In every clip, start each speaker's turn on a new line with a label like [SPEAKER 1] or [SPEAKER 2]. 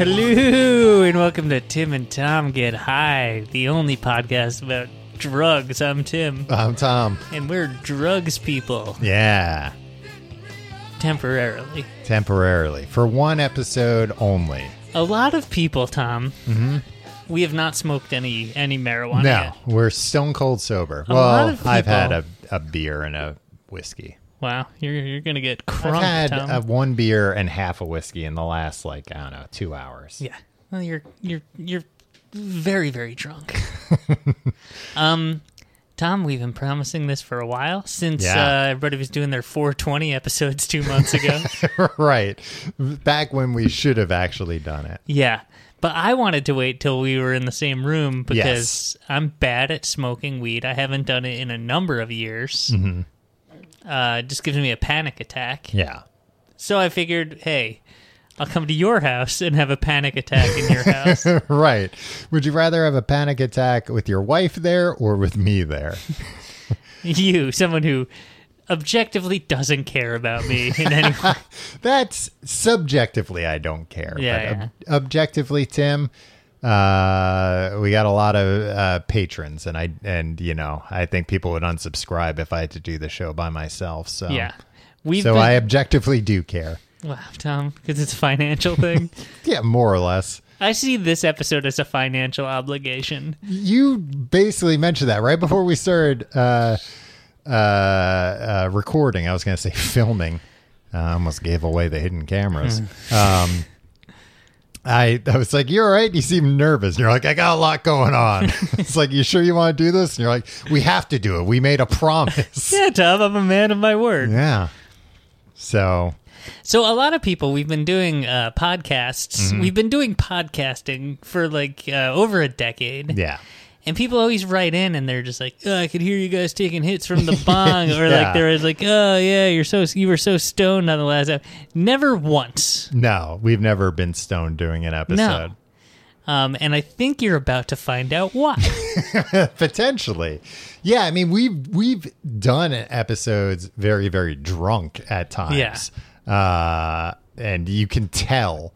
[SPEAKER 1] Hello, and welcome to Tim and Tom Get High, the only podcast about drugs. I'm Tim,
[SPEAKER 2] I'm Um, Tom.
[SPEAKER 1] and we're drugs people
[SPEAKER 2] Yeah,
[SPEAKER 1] temporarily.
[SPEAKER 2] temporarily for one episode only.
[SPEAKER 1] A lot of people, Tom, we have not smoked any any marijuana.
[SPEAKER 2] Mm-hmm. No,
[SPEAKER 1] yet.
[SPEAKER 2] we're stone cold sober.
[SPEAKER 1] A lot
[SPEAKER 2] well,
[SPEAKER 1] of
[SPEAKER 2] I've
[SPEAKER 1] people-
[SPEAKER 2] had a, a beer and a whiskey.
[SPEAKER 1] Wow, you're you're gonna get
[SPEAKER 2] I've
[SPEAKER 1] crunked,
[SPEAKER 2] had
[SPEAKER 1] Tom.
[SPEAKER 2] uh one beer and half a whiskey in the last like I don't know two hours.
[SPEAKER 1] yeah, well, you're you're you're very very drunk. um. Tom, we've been promising this for a while since
[SPEAKER 2] Yeah.
[SPEAKER 1] uh, everybody was doing their 420 episodes two months ago.
[SPEAKER 2] right, back when we should have actually done it.
[SPEAKER 1] Yeah. But I wanted to wait till we were in the same room because I'm bad at smoking weed. I haven't done it in a number of years. Uh, it just gives me a panic attack.
[SPEAKER 2] Mm-hmm. Yeah,
[SPEAKER 1] So I figured, hey, I'll come to your house and have a panic attack in your house.
[SPEAKER 2] right. Would you rather have a panic attack with your wife there or with me there?
[SPEAKER 1] you, someone who objectively doesn't care about me in any
[SPEAKER 2] Oh.
[SPEAKER 1] way.
[SPEAKER 2] That's subjectively, I don't care.
[SPEAKER 1] Yeah,
[SPEAKER 2] ob- objectively, Tim, uh, we got a lot of uh, patrons, and I and you know I think people would unsubscribe if I had to do the show by myself. So
[SPEAKER 1] Yeah. We've
[SPEAKER 2] so
[SPEAKER 1] been,
[SPEAKER 2] I objectively do care.
[SPEAKER 1] Wow, Tom, because it's a financial thing.
[SPEAKER 2] Yeah, more or less.
[SPEAKER 1] I see this episode as a financial obligation.
[SPEAKER 2] You basically mentioned that right before we started uh, uh, uh, recording. I was going to say filming. Uh, I almost gave away the hidden cameras. um, I, I was like, "You're all right. You seem nervous." And you're like, "I got a lot going on." it's like, "You sure you want to do this?" And you're like, "We have to do it. We made a promise."
[SPEAKER 1] Yeah, Tom, I'm a man of my word.
[SPEAKER 2] yeah. So
[SPEAKER 1] So a lot of people, we've been doing uh, podcasts. We've been doing podcasting for like uh, over a decade,
[SPEAKER 2] yeah,
[SPEAKER 1] and people always write in and they're just like, oh, "I could hear you guys taking hits from the bong," or like
[SPEAKER 2] Yeah.
[SPEAKER 1] they're always like, "Oh yeah, you're so you were so stoned on the last episode." Never once.
[SPEAKER 2] no, we've never been stoned doing an episode.
[SPEAKER 1] Um, and I think you're about to find out why.
[SPEAKER 2] potentially yeah i mean we've we've done episodes very very drunk at times uh and you can tell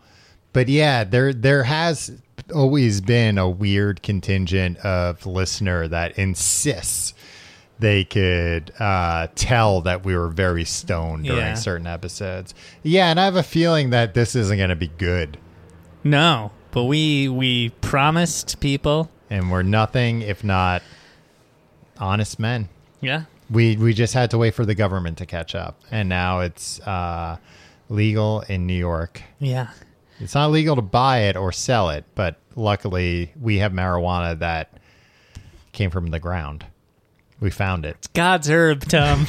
[SPEAKER 2] but yeah there there has always been a weird contingent of listener that insists they could uh, tell that we were very stoned during
[SPEAKER 1] Yeah.
[SPEAKER 2] certain episodes. Yeah, and I have a feeling that this isn't going to be good,
[SPEAKER 1] no, but we we promised people.
[SPEAKER 2] and we're nothing if not honest men.
[SPEAKER 1] Yeah,
[SPEAKER 2] We we just had to wait for the government to catch up, and now it's uh, legal in New York.
[SPEAKER 1] yeah.
[SPEAKER 2] It's not legal to buy it or sell it, but luckily we have marijuana that came from the ground. We found it.
[SPEAKER 1] God's herb, Tom.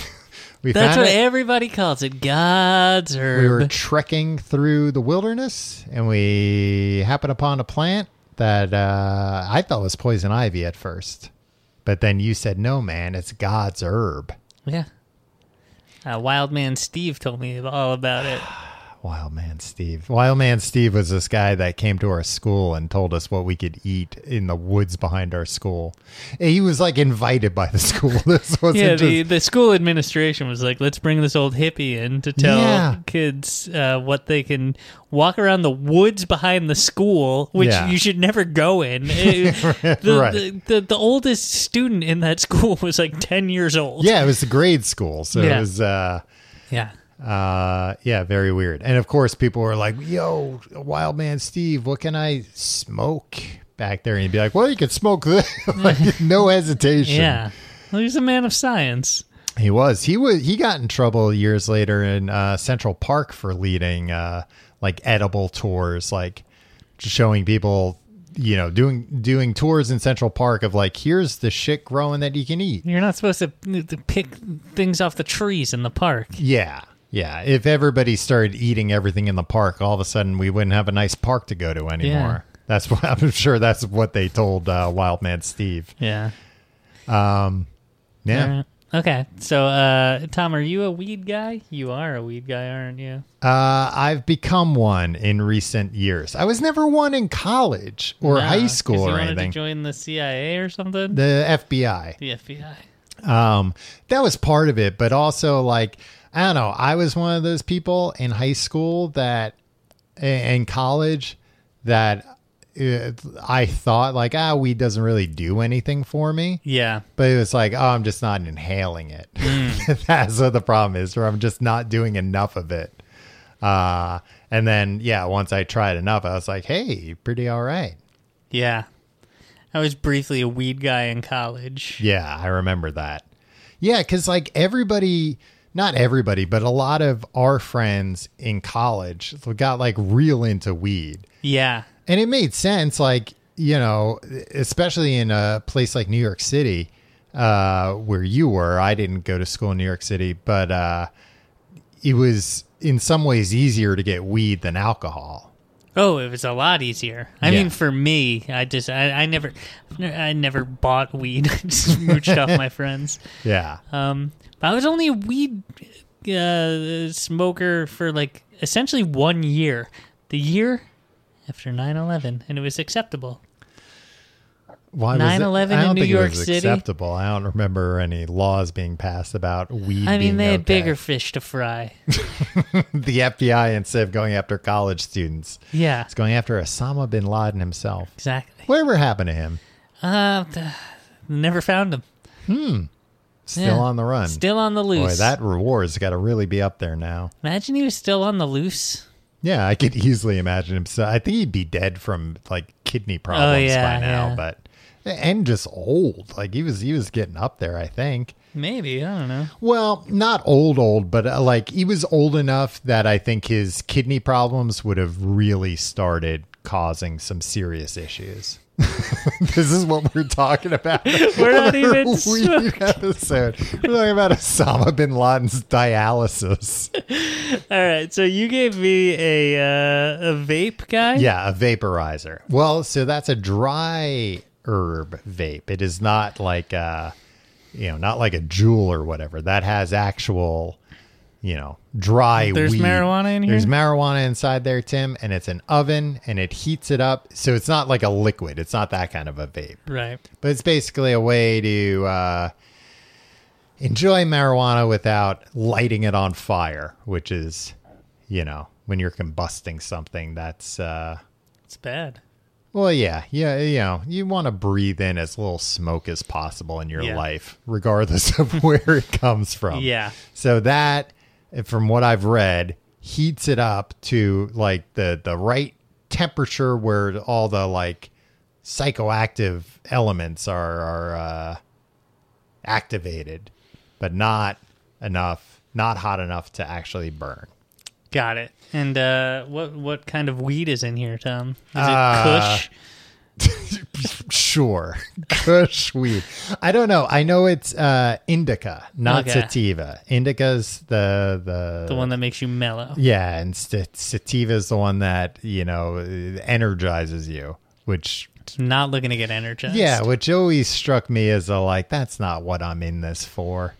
[SPEAKER 2] We
[SPEAKER 1] That's
[SPEAKER 2] found
[SPEAKER 1] what
[SPEAKER 2] it.
[SPEAKER 1] everybody calls it. God's herb.
[SPEAKER 2] we were trekking through the wilderness, and we happened upon a plant that uh, I thought was poison ivy at first, but then you said, "No, man, it's God's herb."
[SPEAKER 1] Yeah. Uh, Wild Man Steve told me all about it.
[SPEAKER 2] Wild Man Steve. Wild Man Steve was this guy that came to our school and told us what we could eat in the woods behind our school. And he was like invited by the school. This wasn't
[SPEAKER 1] yeah,
[SPEAKER 2] just
[SPEAKER 1] the, the school administration was like, let's bring this old hippie in to tell
[SPEAKER 2] Yeah.
[SPEAKER 1] kids uh, what they can walk around the woods behind the school, which
[SPEAKER 2] Yeah.
[SPEAKER 1] you should never go in. It- the,
[SPEAKER 2] Right.
[SPEAKER 1] the, the, the oldest student in that school was like 10 years old.
[SPEAKER 2] yeah, it was the grade school, so
[SPEAKER 1] Yeah.
[SPEAKER 2] it was uh,
[SPEAKER 1] Yeah.
[SPEAKER 2] uh, yeah, very weird. And of course, people were like, "Yo, Wild Man Steve, what can I smoke?" Back there, and he'd be like, "Well, you could smoke this." like, no hesitation.
[SPEAKER 1] Yeah. Well, he's a man of science.
[SPEAKER 2] He was. He was. He got in trouble years later in uh, Central Park for leading uh, like edible tours, like showing people, you know, doing doing tours in Central Park of like, here's the shit growing that you can eat.
[SPEAKER 1] You're not supposed to, to pick things off the trees in the park.
[SPEAKER 2] Yeah, yeah. If everybody started eating everything in the park, all of a sudden we wouldn't have a nice park to go to anymore. That's what I'm sure. That's what they told uh, Wildman Steve.
[SPEAKER 1] Yeah. Uh,
[SPEAKER 2] Yeah.
[SPEAKER 1] okay. So, uh, Tom, are you a weed guy? You are a weed guy, aren't you?
[SPEAKER 2] Uh, I've become one in recent years. I was never one in college or
[SPEAKER 1] Nah,
[SPEAKER 2] high
[SPEAKER 1] 'cause
[SPEAKER 2] school
[SPEAKER 1] you
[SPEAKER 2] or
[SPEAKER 1] wanted
[SPEAKER 2] anything.
[SPEAKER 1] To join the CIA or something?
[SPEAKER 2] the FBI.
[SPEAKER 1] the FBI.
[SPEAKER 2] Um, that was part of it, but also like I don't know. I was one of those people in high school that in college that it, I thought like ah weed doesn't really do anything for me.
[SPEAKER 1] Yeah.
[SPEAKER 2] But it was like, oh, I'm just not inhaling it. That's what the problem is, or I'm just not doing enough of it. Uh, and then, yeah, once I tried enough, I was like, hey, pretty all right.
[SPEAKER 1] Yeah. I was briefly a weed guy in college.
[SPEAKER 2] Yeah, I remember that. Yeah, because like everybody, not everybody, but a lot of our friends in college got like real into weed.
[SPEAKER 1] Yeah.
[SPEAKER 2] And it made sense, like, you know, especially in a place like New York City, uh, where you were. I didn't go to school in New York City, but uh, it was in some ways easier to get weed than alcohol.
[SPEAKER 1] Oh, it was a lot easier. I
[SPEAKER 2] Yeah.
[SPEAKER 1] mean, for me, I just I, I never I never bought weed. I just mooched off my friends.
[SPEAKER 2] Yeah.
[SPEAKER 1] Um, but I was only a weed uh, smoker for like essentially one year. The year after 9-11, and it was acceptable.
[SPEAKER 2] Why was it-
[SPEAKER 1] 9/11
[SPEAKER 2] I
[SPEAKER 1] in
[SPEAKER 2] don't
[SPEAKER 1] New
[SPEAKER 2] think
[SPEAKER 1] York
[SPEAKER 2] it was
[SPEAKER 1] City?
[SPEAKER 2] acceptable. I don't remember any laws being passed about weed.
[SPEAKER 1] I
[SPEAKER 2] being
[SPEAKER 1] mean, they had
[SPEAKER 2] okay.
[SPEAKER 1] bigger fish to fry.
[SPEAKER 2] the FBI instead of going after college students,
[SPEAKER 1] Yeah,
[SPEAKER 2] it's going after Osama bin Laden himself.
[SPEAKER 1] exactly.
[SPEAKER 2] Whatever happened to him?
[SPEAKER 1] Uh, th- never found them.
[SPEAKER 2] Still
[SPEAKER 1] Yeah.
[SPEAKER 2] on the run.
[SPEAKER 1] Still on the
[SPEAKER 2] Boy,
[SPEAKER 1] loose.
[SPEAKER 2] that reward's got to really be up there now.
[SPEAKER 1] Imagine he was still on the loose.
[SPEAKER 2] Yeah, I could easily imagine him. So I think he'd be dead from like kidney problems
[SPEAKER 1] Oh, yeah,
[SPEAKER 2] by now,
[SPEAKER 1] yeah.
[SPEAKER 2] but and just old. Like he was, he was getting up there. I think.
[SPEAKER 1] Maybe I don't know.
[SPEAKER 2] Well, not old, old, but uh, like he was old enough that I think his kidney problems would have really started causing some serious issues. this is what we're talking about.
[SPEAKER 1] We're not even
[SPEAKER 2] Weed
[SPEAKER 1] smoking.
[SPEAKER 2] episode. We're talking about Osama bin Laden's dialysis.
[SPEAKER 1] All right, so you gave me a uh, a vape guy.
[SPEAKER 2] Yeah, a vaporizer. Well, so that's a dry herb vape. It is not like a, you know, not like a jewel or whatever. That has actual, you know, dry.
[SPEAKER 1] There's
[SPEAKER 2] weed.
[SPEAKER 1] marijuana in here?
[SPEAKER 2] There's marijuana inside there, Tim, and it's an oven and it heats it up. So it's not like a liquid. It's not that kind of a vape,
[SPEAKER 1] Right.
[SPEAKER 2] but it's basically a way to. Uh, Enjoy marijuana without lighting it on fire, which is, you know, when you're combusting something, that's uh,
[SPEAKER 1] It's bad.
[SPEAKER 2] well, yeah, yeah, you know, you want to breathe in as little smoke as possible in your
[SPEAKER 1] Yeah.
[SPEAKER 2] life, regardless of where it comes from.
[SPEAKER 1] Yeah.
[SPEAKER 2] So that, eh, from what I've read, heats it up to like the the right temperature where all the like psychoactive elements are are uh, activated, but not enough, not hot enough to actually burn.
[SPEAKER 1] Got it. And uh, what what kind of weed is in here, Tom? Is it
[SPEAKER 2] Uh,
[SPEAKER 1] Kush?
[SPEAKER 2] Sure. Kush weed. I don't know. I know it's uh indica, not
[SPEAKER 1] Okay.
[SPEAKER 2] sativa. Indica's the the
[SPEAKER 1] The one that makes you mellow.
[SPEAKER 2] Yeah, and st- sativa's the one that, you know, energizes you, which
[SPEAKER 1] Not looking to get energized.
[SPEAKER 2] yeah, which always struck me as a like that's not what I'm in this for.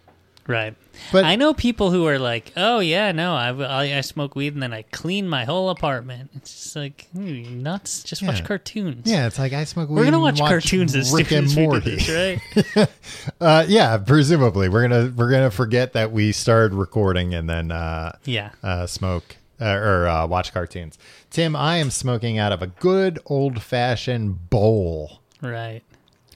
[SPEAKER 1] Right.
[SPEAKER 2] But-
[SPEAKER 1] I know people who are like, "Oh yeah, no, I, I, I smoke weed and then I clean my whole apartment." It's just like hmm, you nuts. Just watch
[SPEAKER 2] Yeah.
[SPEAKER 1] cartoons.
[SPEAKER 2] Yeah, it's like I smoke weed.
[SPEAKER 1] We're gonna watch,
[SPEAKER 2] and
[SPEAKER 1] cartoons as
[SPEAKER 2] Rick
[SPEAKER 1] stupid
[SPEAKER 2] and
[SPEAKER 1] as we do
[SPEAKER 2] Morty.
[SPEAKER 1] this, right?
[SPEAKER 2] Uh yeah, presumably. We're going to we're going to forget that we started recording and then uh
[SPEAKER 1] yeah.
[SPEAKER 2] uh, smoke uh, or uh, watch cartoons. Tim, I am smoking out of a good old fashioned bowl,
[SPEAKER 1] Right.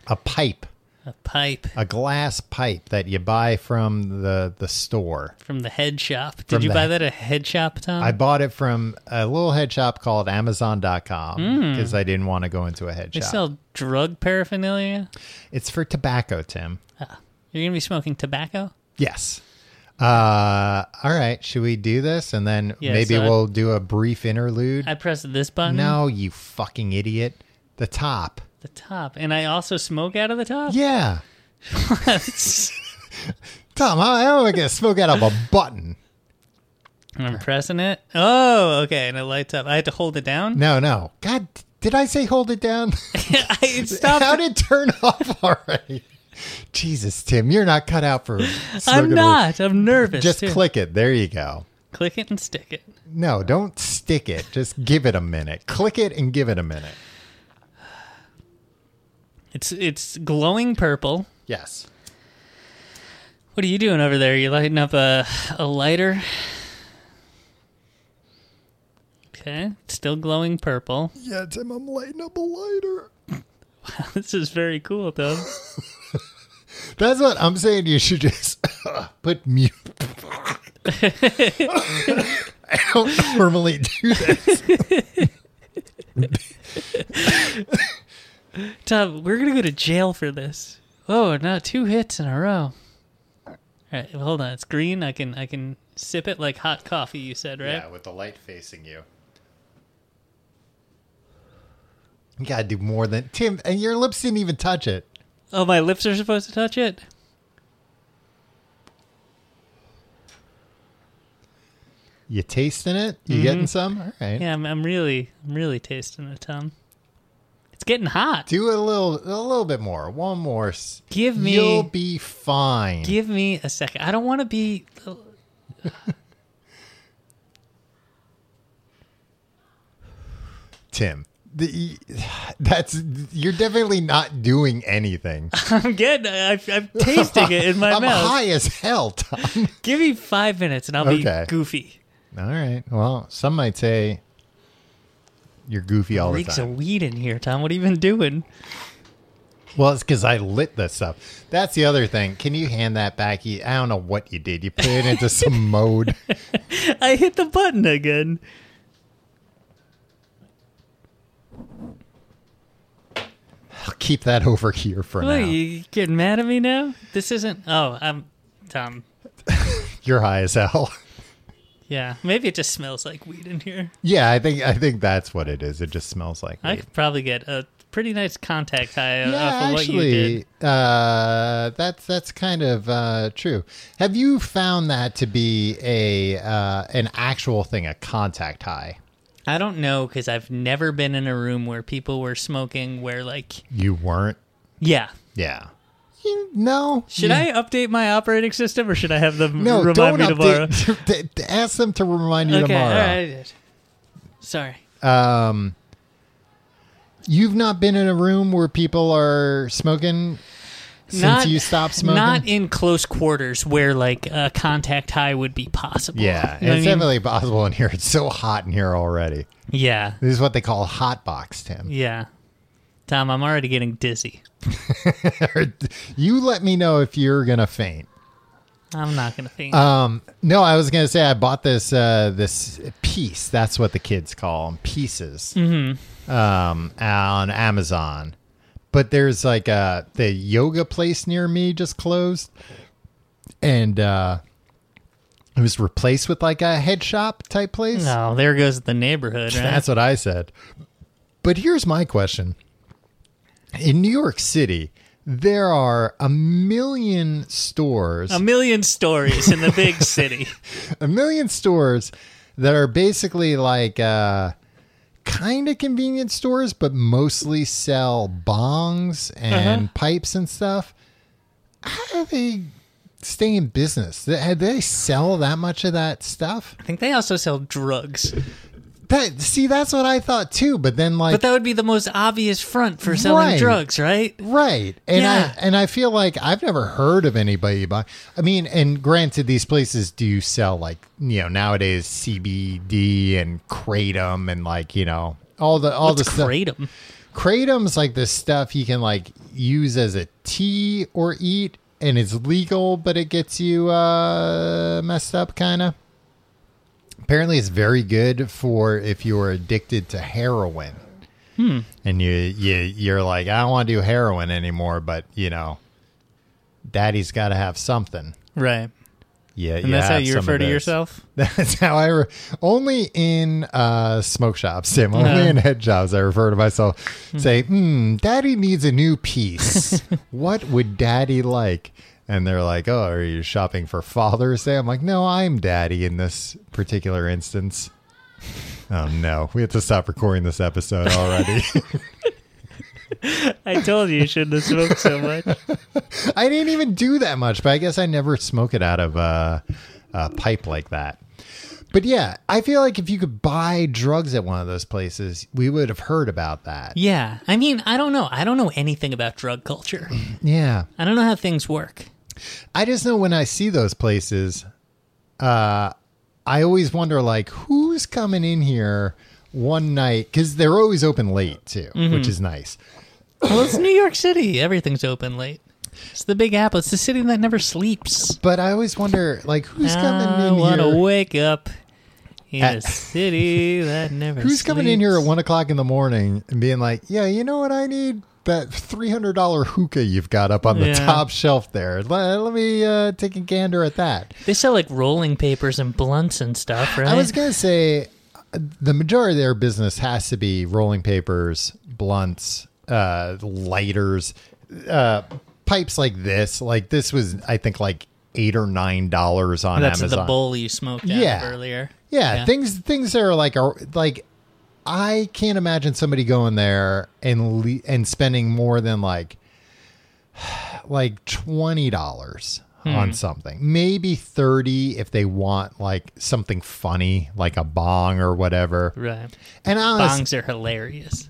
[SPEAKER 2] a pipe,
[SPEAKER 1] A pipe
[SPEAKER 2] a glass pipe that you buy from the the store.
[SPEAKER 1] from the head shop. Did
[SPEAKER 2] From
[SPEAKER 1] you
[SPEAKER 2] the-
[SPEAKER 1] buy that at a head shop, Tom?
[SPEAKER 2] I bought it from a little head shop called Amazon.com because I didn't want to go into a head
[SPEAKER 1] Mm. they
[SPEAKER 2] shop.
[SPEAKER 1] sell drug paraphernalia.
[SPEAKER 2] it's for tobacco, Tim.
[SPEAKER 1] You're gonna be smoking tobacco.
[SPEAKER 2] Yes. Uh, all right. Should we do this? And then
[SPEAKER 1] Yeah,
[SPEAKER 2] maybe
[SPEAKER 1] so I-
[SPEAKER 2] we'll do a brief interlude.
[SPEAKER 1] I pressed this button.
[SPEAKER 2] no, you fucking idiot. The top.
[SPEAKER 1] The top, and I also smoke out of the top.
[SPEAKER 2] Yeah.
[SPEAKER 1] Yes.
[SPEAKER 2] Tom, I I don't want to get smoke out of a button.
[SPEAKER 1] I'm pressing it. Oh, okay, and it lights up. I had to hold it down.
[SPEAKER 2] No, no. God, did I say hold it down?
[SPEAKER 1] I- it stopped.
[SPEAKER 2] How did it turn off already? Jesus, Tim, you're not cut out for.
[SPEAKER 1] I'm
[SPEAKER 2] smoking
[SPEAKER 1] not. I'm nervous.
[SPEAKER 2] weed. Just
[SPEAKER 1] too.
[SPEAKER 2] click it. There you go.
[SPEAKER 1] click it and stick it.
[SPEAKER 2] No, don't stick it. Just give it a minute. Click it and give it a minute.
[SPEAKER 1] It's it's glowing purple.
[SPEAKER 2] Yes.
[SPEAKER 1] What are you doing over there? You lighting up a a lighter? Okay, still glowing purple.
[SPEAKER 2] Yeah, Tim, I'm lighting up a lighter.
[SPEAKER 1] Wow, this is very cool, though.
[SPEAKER 2] That's what I'm saying. You should just put mute. I don't normally do this.
[SPEAKER 1] Tom, we're gonna go to jail for this. Oh, now two hits in a row. All right, well, hold on. It's green. I can I can sip it like hot coffee. You said right?
[SPEAKER 2] Yeah, with the light facing you. You gotta do more than Tim, and your lips didn't even touch it.
[SPEAKER 1] Oh, my lips are supposed to touch it.
[SPEAKER 2] You tasting it? You getting some? All right.
[SPEAKER 1] Mm-hmm. Yeah, I'm, I'm really I'm really tasting it, Tom. It's getting hot.
[SPEAKER 2] Do it a little, a little bit more. One more. s-
[SPEAKER 1] Give me-
[SPEAKER 2] You'll be fine.
[SPEAKER 1] Give me a second. I don't want to be.
[SPEAKER 2] Tim, the, that's you're definitely not doing anything.
[SPEAKER 1] I'm getting. I, I'm tasting it in my
[SPEAKER 2] I'm
[SPEAKER 1] mouth.
[SPEAKER 2] high as hell, Tom.
[SPEAKER 1] Give me five minutes and I'll
[SPEAKER 2] Okay.
[SPEAKER 1] be goofy.
[SPEAKER 2] All right. Well, some might say you're goofy all the
[SPEAKER 1] Reeks of
[SPEAKER 2] time.
[SPEAKER 1] weed in here, Tom. What have you been doing?
[SPEAKER 2] Well, it's because I lit this up. That's the other thing. Can you hand that back? You- I don't know what you did. You put it into some mode.
[SPEAKER 1] I hit the button again.
[SPEAKER 2] I'll keep that over here for
[SPEAKER 1] What,
[SPEAKER 2] now.
[SPEAKER 1] you getting mad at me now? This isn't. Oh, I'm Tom.
[SPEAKER 2] You're high as hell.
[SPEAKER 1] Yeah, maybe it just smells like weed in here.
[SPEAKER 2] yeah, I think I think that's what it is. It just smells like.
[SPEAKER 1] I
[SPEAKER 2] weed.
[SPEAKER 1] could probably get a pretty nice contact high
[SPEAKER 2] yeah,
[SPEAKER 1] off of what you
[SPEAKER 2] actually,
[SPEAKER 1] did.
[SPEAKER 2] uh, that's that's kind of uh, true. Have you found that to be a uh, an actual thing, a contact high?
[SPEAKER 1] I don't know because I've never been in a room where people were smoking. Where like,
[SPEAKER 2] You weren't.
[SPEAKER 1] yeah,
[SPEAKER 2] Yeah. You, no.
[SPEAKER 1] should I update my operating system or should I have them
[SPEAKER 2] No.
[SPEAKER 1] remind
[SPEAKER 2] don't
[SPEAKER 1] me tomorrow?
[SPEAKER 2] update. t- t- Ask them to remind you
[SPEAKER 1] okay,
[SPEAKER 2] tomorrow.
[SPEAKER 1] all right. Sorry.
[SPEAKER 2] You've not been in a room where people are smoking since
[SPEAKER 1] Not-
[SPEAKER 2] you stopped smoking.
[SPEAKER 1] Not in close quarters where like a contact high would be possible.
[SPEAKER 2] yeah,
[SPEAKER 1] You know what I mean?
[SPEAKER 2] it's definitely possible in here. It's so hot in here already.
[SPEAKER 1] yeah,
[SPEAKER 2] This is what they call hot box, Tim.
[SPEAKER 1] yeah. Tom, I'm already getting dizzy.
[SPEAKER 2] you let me know if you're gonna faint.
[SPEAKER 1] I'm not gonna faint.
[SPEAKER 2] Um, no, I was gonna say I bought this uh, this piece. That's what the kids call 'em, pieces. Um, on Amazon, but there's like a the yoga place near me just closed, and uh, it was replaced with like a head shop type place.
[SPEAKER 1] oh, there goes the neighborhood. Right?
[SPEAKER 2] That's what I said. But here's my question. In New York City, there are a million stores,
[SPEAKER 1] a million stories in the big city.
[SPEAKER 2] a million stores that are basically like uh, kind of convenience stores, but mostly sell bongs and pipes and stuff. How do they stay in business? Th- Do they sell that much of that stuff?
[SPEAKER 1] I think they also sell drugs,
[SPEAKER 2] That see, that's what I thought too. But then, like,
[SPEAKER 1] but that would be the most obvious front for selling
[SPEAKER 2] Right.
[SPEAKER 1] drugs, right?
[SPEAKER 2] Right. And
[SPEAKER 1] Yeah.
[SPEAKER 2] I and I feel like I've never heard of anybody buy I mean, and granted these places do sell like, you know, nowadays CBD and kratom and like, you know, all the all
[SPEAKER 1] Let's
[SPEAKER 2] the stuff.
[SPEAKER 1] grade 'em.
[SPEAKER 2] Kratom's like the stuff you can like use as a tea or eat and it's legal but it gets you uh messed up kind of. Apparently it's very good for if you're addicted to heroin.
[SPEAKER 1] Hmm.
[SPEAKER 2] And you you you're like I don't want to do heroin anymore but you know daddy's got to have something.
[SPEAKER 1] right?
[SPEAKER 2] Yeah,
[SPEAKER 1] And that's how you refer to yourself.
[SPEAKER 2] That's how I re- only in uh, smoke shops, Tim. Only
[SPEAKER 1] No.
[SPEAKER 2] in head shops, I refer to myself. Say, "Hmm, Daddy needs a new piece. what would Daddy like?" And they're like, "Oh, are you shopping for Father's Day?" I'm like, "No, I'm Daddy in this particular instance." Oh no, we have to stop recording this episode already.
[SPEAKER 1] I told you you shouldn't have smoked so much.
[SPEAKER 2] I didn't even do that much, but I guess I never smoke it out of a, a pipe like that. But yeah, I feel like if you could buy drugs at one of those places, we would have heard about that.
[SPEAKER 1] Yeah, I mean, I don't know. I don't know anything about drug culture.
[SPEAKER 2] Yeah.
[SPEAKER 1] I don't know how things work.
[SPEAKER 2] I just know when I see those places, uh, I always wonder like who's coming in here one night because they're always open late too, which is nice.
[SPEAKER 1] Well, it's New York City. Everything's open late. It's the Big Apple. It's the city that never sleeps.
[SPEAKER 2] But I always wonder like who's
[SPEAKER 1] Ah,
[SPEAKER 2] coming
[SPEAKER 1] I
[SPEAKER 2] in
[SPEAKER 1] want to
[SPEAKER 2] here.
[SPEAKER 1] wake up in
[SPEAKER 2] At-
[SPEAKER 1] a city that never
[SPEAKER 2] Who's coming in here at
[SPEAKER 1] sleeps.
[SPEAKER 2] one o'clock in the morning and being like, "Yeah, you know what I need." That three hundred dollar hookah you've got up on the
[SPEAKER 1] Yeah.
[SPEAKER 2] top shelf there. Let, let me uh, take a gander at that.
[SPEAKER 1] They sell like rolling papers and blunts and stuff, right?
[SPEAKER 2] I was gonna say uh, the majority of their business has to be rolling papers, blunts, uh, lighters, uh, pipes like this. Like this was, I think, like eight or nine dollars on
[SPEAKER 1] That's
[SPEAKER 2] Amazon.
[SPEAKER 1] the bowl you smoked out of
[SPEAKER 2] Yeah.
[SPEAKER 1] earlier.
[SPEAKER 2] Yeah,
[SPEAKER 1] Yeah.
[SPEAKER 2] things things that are like are like I can't imagine somebody going there and le- and spending more than like like twenty dollars on something, maybe thirty if they want like something funny, like a bong or whatever.
[SPEAKER 1] Right.
[SPEAKER 2] And honestly,
[SPEAKER 1] Bongs are hilarious.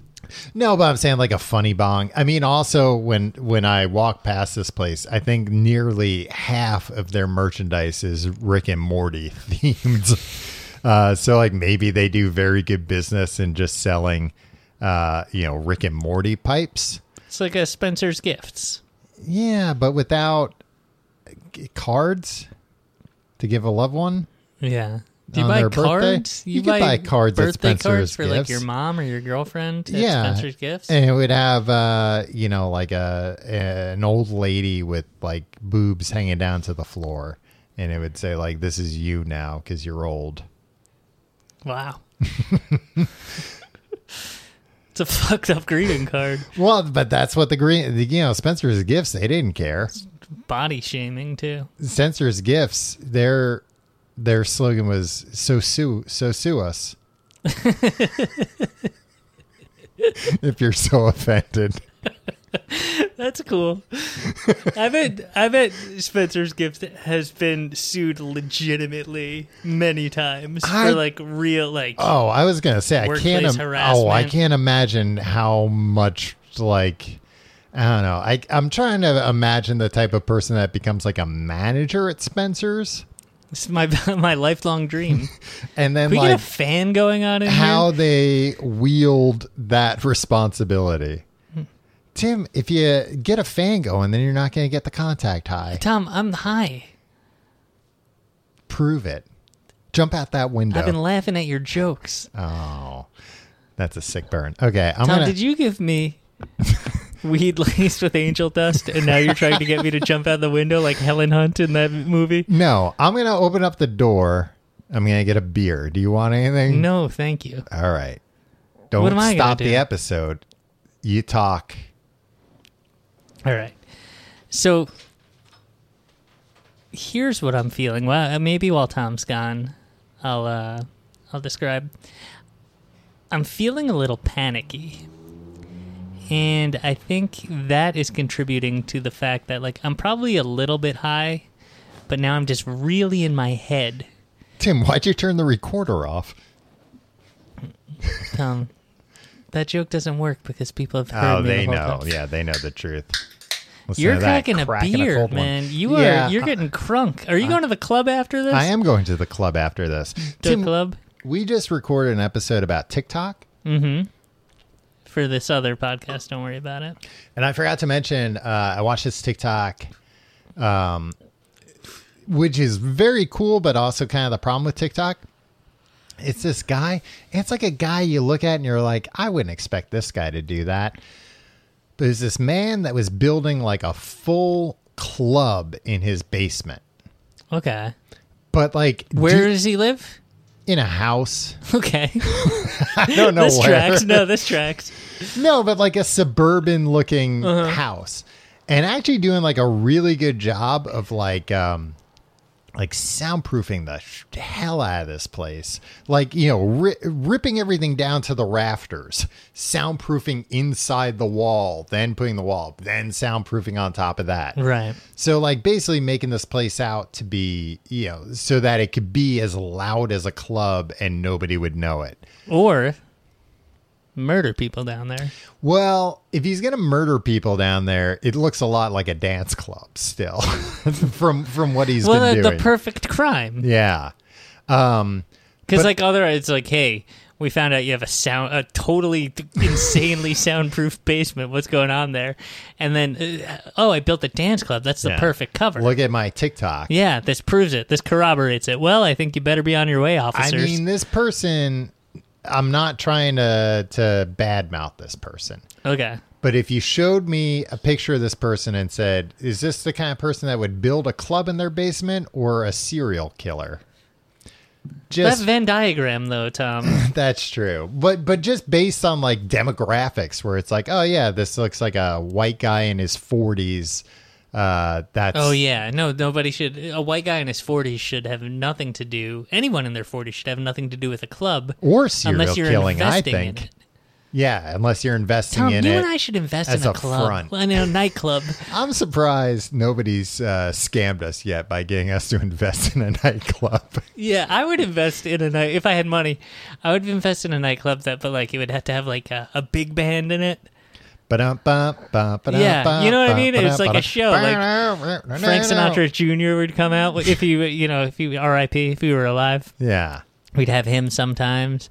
[SPEAKER 2] no, but I'm saying like a funny bong. I mean, also when when I walk past this place, I think nearly half of their merchandise is Rick and Morty themed. Uh, so like maybe they do very good business in just selling, uh, you know, Rick and Morty pipes.
[SPEAKER 1] It's like a Spencer's Gifts.
[SPEAKER 2] Yeah, but without uh, g- cards to give a loved one.
[SPEAKER 1] Yeah. Do you
[SPEAKER 2] On
[SPEAKER 1] buy
[SPEAKER 2] their birthday?
[SPEAKER 1] cards?
[SPEAKER 2] You could buy cards at
[SPEAKER 1] birthday cards
[SPEAKER 2] Spencer's
[SPEAKER 1] for like
[SPEAKER 2] Gifts.
[SPEAKER 1] your mom or your girlfriend at
[SPEAKER 2] Yeah.
[SPEAKER 1] Spencer's Gifts.
[SPEAKER 2] And it would have, uh, you know, like a an old lady with like boobs hanging down to the floor, and it would say like, "This is you now because you're old."
[SPEAKER 1] Wow. it's a fucked up greeting card.
[SPEAKER 2] Well, but that's what the green, the, you know, Spencer's gifts. They didn't care.
[SPEAKER 1] Body shaming too.
[SPEAKER 2] Spencer's gifts. Their their slogan was "So sue, so sue us." if you're so offended,
[SPEAKER 1] That's cool. I bet I bet Spencer's gift has been sued legitimately many times
[SPEAKER 2] I-
[SPEAKER 1] for like real like
[SPEAKER 2] oh, I was gonna say I
[SPEAKER 1] Workplace
[SPEAKER 2] can't. im- oh, I
[SPEAKER 1] harassment.
[SPEAKER 2] can't imagine how much like I don't know. I I'm trying to imagine the type of person that becomes like a manager at Spencer's,
[SPEAKER 1] it's my my lifelong dream.
[SPEAKER 2] and then
[SPEAKER 1] We get
[SPEAKER 2] like
[SPEAKER 1] a fan going on in
[SPEAKER 2] how
[SPEAKER 1] here.
[SPEAKER 2] they wield that responsibility.
[SPEAKER 1] Hmm.
[SPEAKER 2] Tim, if you get a fan going, then you're not going to get the contact high.
[SPEAKER 1] Tom, I'm high.
[SPEAKER 2] Prove it. Jump out that window.
[SPEAKER 1] I've been laughing at your jokes.
[SPEAKER 2] oh, that's a sick burn. Okay, I'm
[SPEAKER 1] Tom,
[SPEAKER 2] gonna.
[SPEAKER 1] did you give me weed laced with angel dust, and now you're trying to get me to jump out the window like Helen Hunt in that movie?
[SPEAKER 2] No, I'm gonna open up the door. I'm gonna get a beer. Do you want anything?
[SPEAKER 1] No, thank you.
[SPEAKER 2] All right. Don't
[SPEAKER 1] am I gonna
[SPEAKER 2] stop the
[SPEAKER 1] do?
[SPEAKER 2] episode. You talk.
[SPEAKER 1] All right. So here's what I'm feeling. Well, uh, maybe while Tom's gone, I'll uh, I'll describe. I'm feeling a little panicky. And I think that is contributing to the fact that like I'm probably a little bit high, but now I'm just really in my head.
[SPEAKER 2] Tim, why'd you turn the recorder off?
[SPEAKER 1] Tom, that joke doesn't work because people have heard
[SPEAKER 2] Oh,
[SPEAKER 1] me
[SPEAKER 2] they
[SPEAKER 1] the whole
[SPEAKER 2] know.
[SPEAKER 1] time.
[SPEAKER 2] Yeah, they know the truth. Listen
[SPEAKER 1] You're
[SPEAKER 2] to that,
[SPEAKER 1] cracking a beer,
[SPEAKER 2] cold one.
[SPEAKER 1] man. You are
[SPEAKER 2] Yeah,
[SPEAKER 1] you're getting crunk. Are you going to the club after this?
[SPEAKER 2] I am going to the club after this.
[SPEAKER 1] to
[SPEAKER 2] Tim,
[SPEAKER 1] a club
[SPEAKER 2] we just recorded an episode about TikTok,
[SPEAKER 1] for this other podcast. Don't worry about it.
[SPEAKER 2] and I forgot to mention uh, I watched this TikTok, um, which is very cool, but also kind of the problem with TikTok. It's this guy. It's like a guy you look at and you're like, I wouldn't expect this guy to do that. But there's this man that was building like a full club in his basement.
[SPEAKER 1] Okay.
[SPEAKER 2] But like,
[SPEAKER 1] Where
[SPEAKER 2] do-
[SPEAKER 1] does he live?
[SPEAKER 2] in a house?
[SPEAKER 1] Okay.
[SPEAKER 2] I don't know
[SPEAKER 1] this
[SPEAKER 2] where.
[SPEAKER 1] tracks. No, this tracks.
[SPEAKER 2] No, but like a suburban looking house. And actually doing like a really good job of like um like soundproofing the sh- hell out of this place. Like, you know, ri- ripping everything down to the rafters, soundproofing inside the wall, then putting the wall, then soundproofing on top of that.
[SPEAKER 1] Right.
[SPEAKER 2] So like basically making this place out to be, you know, so that it could be as loud as a club and nobody would know it.
[SPEAKER 1] Or murder people down there.
[SPEAKER 2] Well, if he's gonna murder people down there, it looks a lot like a dance club still, from from what he's
[SPEAKER 1] Well,
[SPEAKER 2] been
[SPEAKER 1] the, the
[SPEAKER 2] doing.
[SPEAKER 1] perfect crime.
[SPEAKER 2] yeah, Um,
[SPEAKER 1] Because
[SPEAKER 2] But-
[SPEAKER 1] like other, it's like, hey, we found out you have a sound, a totally t- insanely soundproof basement. What's going on there? And then, uh, oh, I built a dance club. That's the
[SPEAKER 2] Yeah.
[SPEAKER 1] perfect cover.
[SPEAKER 2] look at my TikTok.
[SPEAKER 1] yeah, this proves it. This corroborates it. Well, I think you better be on your way,
[SPEAKER 2] I
[SPEAKER 1] officers.
[SPEAKER 2] mean, this person. I'm not trying to to badmouth this person,
[SPEAKER 1] okay.
[SPEAKER 2] but if you showed me a picture of this person and said, "Is this the kind of person that would build a club in their basement or a serial killer?"
[SPEAKER 1] That
[SPEAKER 2] Just
[SPEAKER 1] Venn diagram, though, Tom.
[SPEAKER 2] That's true. But but just based on like demographics where it's like, oh yeah, this looks like a white guy in his 40s. Uh that's
[SPEAKER 1] Oh yeah, no, nobody should. A white guy in his forties should have nothing to do. Anyone in their forties should have nothing to do with a club,
[SPEAKER 2] or serial
[SPEAKER 1] unless you're
[SPEAKER 2] killing, I
[SPEAKER 1] investing
[SPEAKER 2] think.
[SPEAKER 1] in it.
[SPEAKER 2] Yeah, unless you're investing
[SPEAKER 1] Tom,
[SPEAKER 2] in
[SPEAKER 1] you
[SPEAKER 2] it.
[SPEAKER 1] and I should invest
[SPEAKER 2] as
[SPEAKER 1] in a,
[SPEAKER 2] a
[SPEAKER 1] club,
[SPEAKER 2] front.
[SPEAKER 1] Well, in a nightclub.
[SPEAKER 2] I'm surprised nobody's uh, scammed us yet by getting us to invest in a nightclub.
[SPEAKER 1] yeah, I would invest in a night if I had money. I would invest in a nightclub that, but like it would have to have like a, a big band in it.
[SPEAKER 2] yeah,
[SPEAKER 1] you know what I mean? It's like a show, like Frank Sinatra Jr. would come out if he, you know, if he R.I.P. if he were alive.
[SPEAKER 2] Yeah.
[SPEAKER 1] We'd have him sometimes.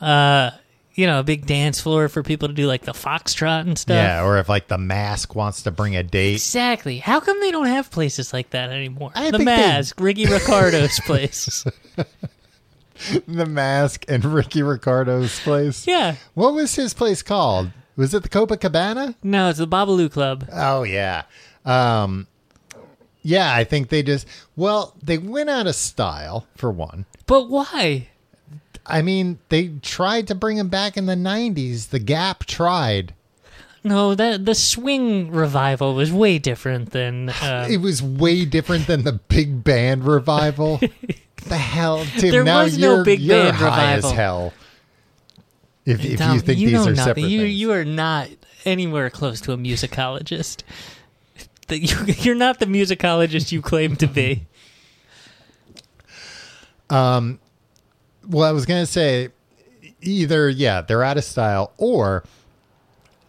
[SPEAKER 1] Uh, you know, a big dance floor for people to do like the foxtrot and stuff.
[SPEAKER 2] Yeah, or if like the mask wants to bring a date.
[SPEAKER 1] Exactly. How come they don't have places like that anymore?
[SPEAKER 2] I
[SPEAKER 1] the
[SPEAKER 2] think they-
[SPEAKER 1] Mask, Ricky Ricardo's place.
[SPEAKER 2] the mask and Ricky Ricardo's place.
[SPEAKER 1] Yeah.
[SPEAKER 2] What was his place called? Was it the Copacabana?
[SPEAKER 1] No, it's the Babalu Club.
[SPEAKER 2] Oh yeah. Um yeah, I think they just well, they went out of style for one.
[SPEAKER 1] But why?
[SPEAKER 2] I mean, they tried to bring him back in the 90s. The Gap tried.
[SPEAKER 1] No, that the swing revival was way different than uh,
[SPEAKER 2] It was way different than the big band revival. the hell, Tim,
[SPEAKER 1] There
[SPEAKER 2] now
[SPEAKER 1] was no
[SPEAKER 2] you're,
[SPEAKER 1] big
[SPEAKER 2] you're
[SPEAKER 1] band
[SPEAKER 2] high
[SPEAKER 1] revival.
[SPEAKER 2] as hell. If, if
[SPEAKER 1] Tom,
[SPEAKER 2] you think these
[SPEAKER 1] know
[SPEAKER 2] are
[SPEAKER 1] nothing.
[SPEAKER 2] separate
[SPEAKER 1] you
[SPEAKER 2] things.
[SPEAKER 1] you are not anywhere close to a musicologist. That you, you're not the musicologist you claim to be.
[SPEAKER 2] well, I was gonna say either yeah, they're out of style, or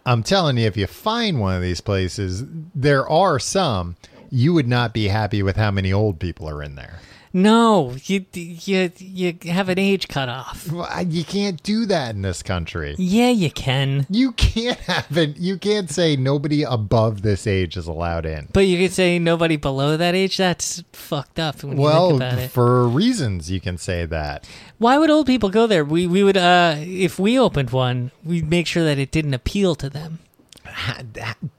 [SPEAKER 2] I'm telling you, if you find one of these places, there are some you would not be happy with how many old people are in there.
[SPEAKER 1] No, you you you have an age cutoff.
[SPEAKER 2] Well, I- You can't do that in this country.
[SPEAKER 1] Yeah, you can.
[SPEAKER 2] You can't have it. You can't say nobody above this age is allowed in.
[SPEAKER 1] But you could say nobody below that age. That's fucked up when you
[SPEAKER 2] Well,
[SPEAKER 1] think about it.
[SPEAKER 2] for reasons you can say that.
[SPEAKER 1] Why would old people go there? We we would uh if we opened one, we'd make sure that it didn't appeal to them.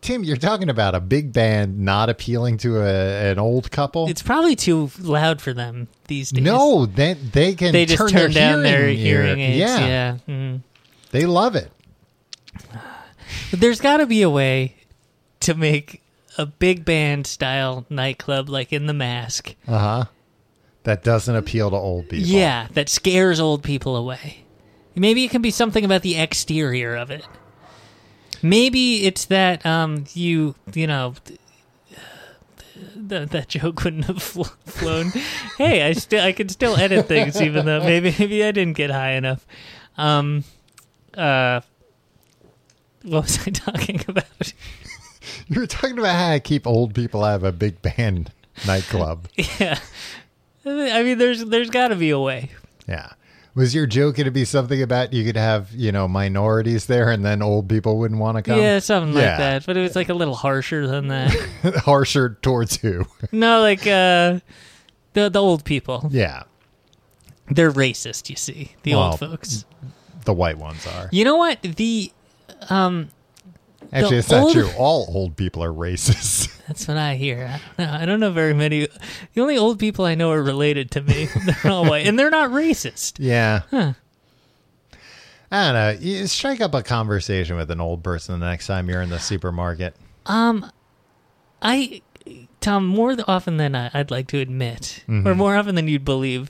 [SPEAKER 2] Tim, you're talking about a big band not appealing to a, an old couple.
[SPEAKER 1] It's probably too loud for them these days.
[SPEAKER 2] Oh. no, they, they can
[SPEAKER 1] they just turn,
[SPEAKER 2] their
[SPEAKER 1] down their hearing
[SPEAKER 2] ear-
[SPEAKER 1] aids. Yeah, Mhm.
[SPEAKER 2] They love it.
[SPEAKER 1] But there's got to be a way to make a big band style nightclub like in the Mask.
[SPEAKER 2] Uh huh. That doesn't appeal to old people.
[SPEAKER 1] Yeah, that scares old people away. Maybe it can be something about the exterior of it. Maybe it's that um you you know th- th- that joke wouldn't have flo- flown. hey, I still I can still edit things even though maybe maybe I didn't get high enough. Um uh what was I talking about?
[SPEAKER 2] You were talking about how I keep old people out of a big band nightclub.
[SPEAKER 1] yeah. I mean there's there's got to be a way.
[SPEAKER 2] yeah. Was your joke going to be something about you could have, you know, minorities there and then old people wouldn't want to come?
[SPEAKER 1] yeah, something like
[SPEAKER 2] yeah.
[SPEAKER 1] that. But it was like a little harsher than that.
[SPEAKER 2] Harsher towards who?
[SPEAKER 1] No, like uh the the old people.
[SPEAKER 2] yeah.
[SPEAKER 1] They're racist, you see. The
[SPEAKER 2] Well,
[SPEAKER 1] old folks.
[SPEAKER 2] The white ones are.
[SPEAKER 1] You know what? The
[SPEAKER 2] Actually, it's
[SPEAKER 1] old-
[SPEAKER 2] not true. All old people are racist.
[SPEAKER 1] that's what I hear. I don't know, I don't know very many. The only old people I know are related to me. They're all white, and they're not racist.
[SPEAKER 2] Yeah. I don't know. You strike up a conversation with an old person the next time you're in the supermarket.
[SPEAKER 1] I, Tom, more th- often than I, I'd like to admit,
[SPEAKER 2] Mm-hmm.
[SPEAKER 1] or more often than you'd believe,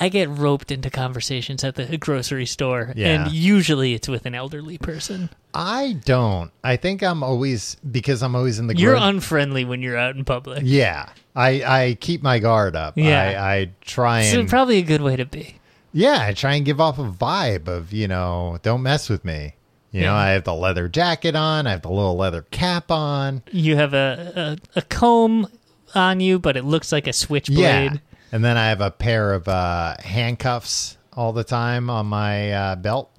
[SPEAKER 1] I get roped into conversations at the grocery store,
[SPEAKER 2] Yeah.
[SPEAKER 1] and usually it's with an elderly person.
[SPEAKER 2] I don't. I think I'm always because I'm always in the.
[SPEAKER 1] You're
[SPEAKER 2] gro-
[SPEAKER 1] unfriendly when you're out in public.
[SPEAKER 2] Yeah, I I keep my guard up.
[SPEAKER 1] Yeah.
[SPEAKER 2] I, I try
[SPEAKER 1] It's
[SPEAKER 2] and
[SPEAKER 1] probably a good way to be.
[SPEAKER 2] yeah, I try and give off a vibe of you know, don't mess with me. You
[SPEAKER 1] Yeah.
[SPEAKER 2] know, I have the leather jacket on. I have the little leather cap on.
[SPEAKER 1] you have a, a, a comb on you, but it looks like a switchblade.
[SPEAKER 2] Yeah. And then I have a pair of uh, handcuffs all the time on my uh, belt.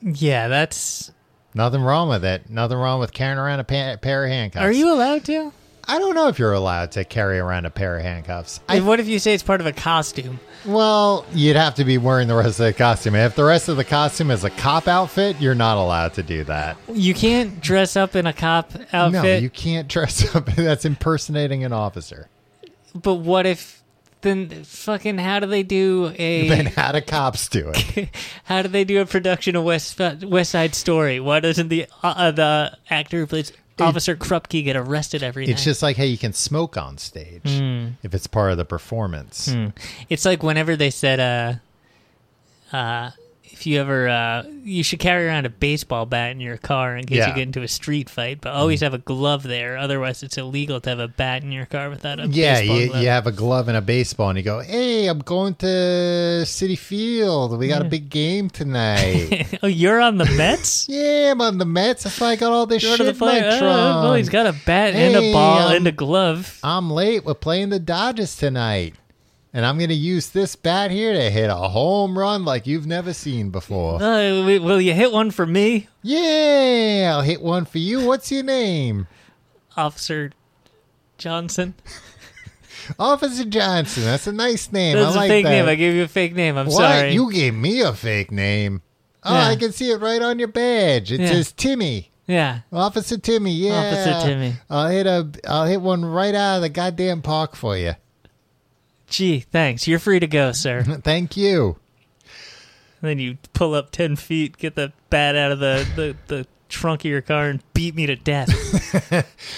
[SPEAKER 1] Yeah, that's.
[SPEAKER 2] Nothing wrong with it. Nothing wrong with carrying around a pa- pair of handcuffs.
[SPEAKER 1] Are you allowed to?
[SPEAKER 2] I don't know if you're allowed to carry around a pair of handcuffs. I,
[SPEAKER 1] And what if you say it's part of a costume?
[SPEAKER 2] well, you'd have to be wearing the rest of the costume. If the rest of the costume is a cop outfit, you're not allowed to do that.
[SPEAKER 1] You can't dress up in a cop outfit.
[SPEAKER 2] No, you can't dress up. That's impersonating an officer.
[SPEAKER 1] But what if then fucking how do they do
[SPEAKER 2] Then
[SPEAKER 1] a
[SPEAKER 2] how do cops do it?
[SPEAKER 1] how do they do a production of West West Side Story? Why doesn't the uh, uh, the actor who plays Officer Krupke get arrested every
[SPEAKER 2] It's
[SPEAKER 1] night?
[SPEAKER 2] just like how you can smoke on stage
[SPEAKER 1] Hmm.
[SPEAKER 2] if it's part of the performance.
[SPEAKER 1] it's like whenever they said uh uh if you ever uh you should carry around a baseball bat in your car in case
[SPEAKER 2] Yeah.
[SPEAKER 1] you get into a street fight, but always have a glove there, otherwise it's illegal to have a bat in your car without a
[SPEAKER 2] Yeah,
[SPEAKER 1] baseball
[SPEAKER 2] you,
[SPEAKER 1] glove.
[SPEAKER 2] you have a glove and a baseball, and you go, "Hey, I'm going to City Field. We got a big game tonight.
[SPEAKER 1] oh, you're on the Mets?
[SPEAKER 2] yeah, I'm on the Mets. That's why I got all this
[SPEAKER 1] Go
[SPEAKER 2] shit
[SPEAKER 1] to the
[SPEAKER 2] in my
[SPEAKER 1] player. Oh, well, he's
[SPEAKER 2] trunk.
[SPEAKER 1] got a bat and
[SPEAKER 2] Hey,
[SPEAKER 1] a ball
[SPEAKER 2] um,
[SPEAKER 1] and a glove.
[SPEAKER 2] I'm late. We're playing the Dodgers tonight, and I'm going to use this bat here to hit a home run like you've never seen before.
[SPEAKER 1] Uh, wi- will you hit one for me,
[SPEAKER 2] Yeah, I'll hit one for you. What's your name,
[SPEAKER 1] Officer Johnson?
[SPEAKER 2] Officer Johnson? That's a nice name.
[SPEAKER 1] That's
[SPEAKER 2] I like
[SPEAKER 1] a fake
[SPEAKER 2] that.
[SPEAKER 1] name. I gave you a fake name. I'm
[SPEAKER 2] What?
[SPEAKER 1] sorry.
[SPEAKER 2] You gave me a fake name. Oh,
[SPEAKER 1] Yeah.
[SPEAKER 2] I can see it right on your badge. It
[SPEAKER 1] Yeah.
[SPEAKER 2] says Timmy.
[SPEAKER 1] Yeah.
[SPEAKER 2] Officer Timmy, yeah.
[SPEAKER 1] Officer Timmy.
[SPEAKER 2] I'll hit a I'll hit one right out of the goddamn park for you.
[SPEAKER 1] Gee, thanks. You're free to go, sir.
[SPEAKER 2] Thank you.
[SPEAKER 1] then you pull up ten feet, get the bat out of the, the, the trunk of your car, and beat me to death.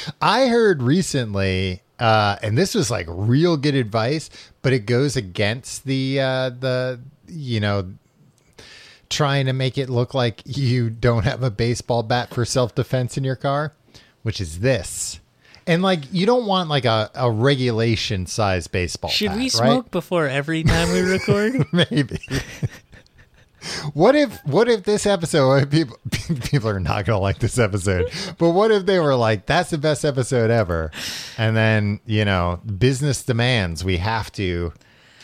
[SPEAKER 2] I heard recently, uh, and this was like real good advice, but it goes against the uh, the you know trying to make it look like you don't have a baseball bat for self defense in your car, which is this. And like you don't want like a, a regulation size baseball.
[SPEAKER 1] Should
[SPEAKER 2] bat,
[SPEAKER 1] we
[SPEAKER 2] right?
[SPEAKER 1] smoke before every time we record?
[SPEAKER 2] Maybe. What if what if this episode people people are not gonna like this episode, but what if they were like, that's the best episode ever? And then, you know, business demands we have to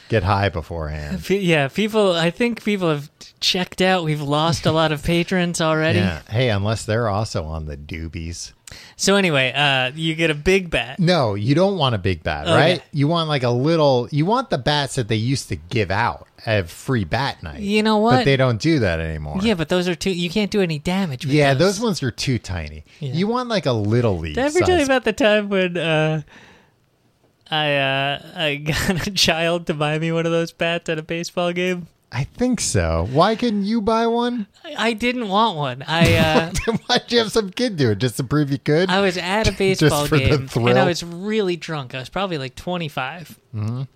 [SPEAKER 2] get high beforehand.
[SPEAKER 1] P- yeah, people. I think people have checked out. We've lost a lot of patrons already.
[SPEAKER 2] Yeah. Hey, unless they're also on the doobies.
[SPEAKER 1] So anyway, uh, you get a big bat.
[SPEAKER 2] No, you don't want a big bat,
[SPEAKER 1] Okay.
[SPEAKER 2] right? You want like a little you want the bats that they used to give out at free bat night.
[SPEAKER 1] You know
[SPEAKER 2] But
[SPEAKER 1] what?
[SPEAKER 2] they don't do that anymore.
[SPEAKER 1] Yeah, but those are two. You can't do any damage. With
[SPEAKER 2] Yeah,
[SPEAKER 1] those.
[SPEAKER 2] those ones are too tiny.
[SPEAKER 1] Yeah.
[SPEAKER 2] You want like a little leaf.
[SPEAKER 1] Did I ever tell you
[SPEAKER 2] size
[SPEAKER 1] about the time when uh, I uh, I got a child to buy me one of those bats at a baseball game?
[SPEAKER 2] I think so. Why couldn't you buy one?
[SPEAKER 1] I, I didn't want one. I uh,
[SPEAKER 2] Why'd you have some kid do it just to prove you could?
[SPEAKER 1] I was at a baseball
[SPEAKER 2] for the
[SPEAKER 1] game
[SPEAKER 2] thrill? Mm-hmm.
[SPEAKER 1] and I was really drunk. I was probably like 25. And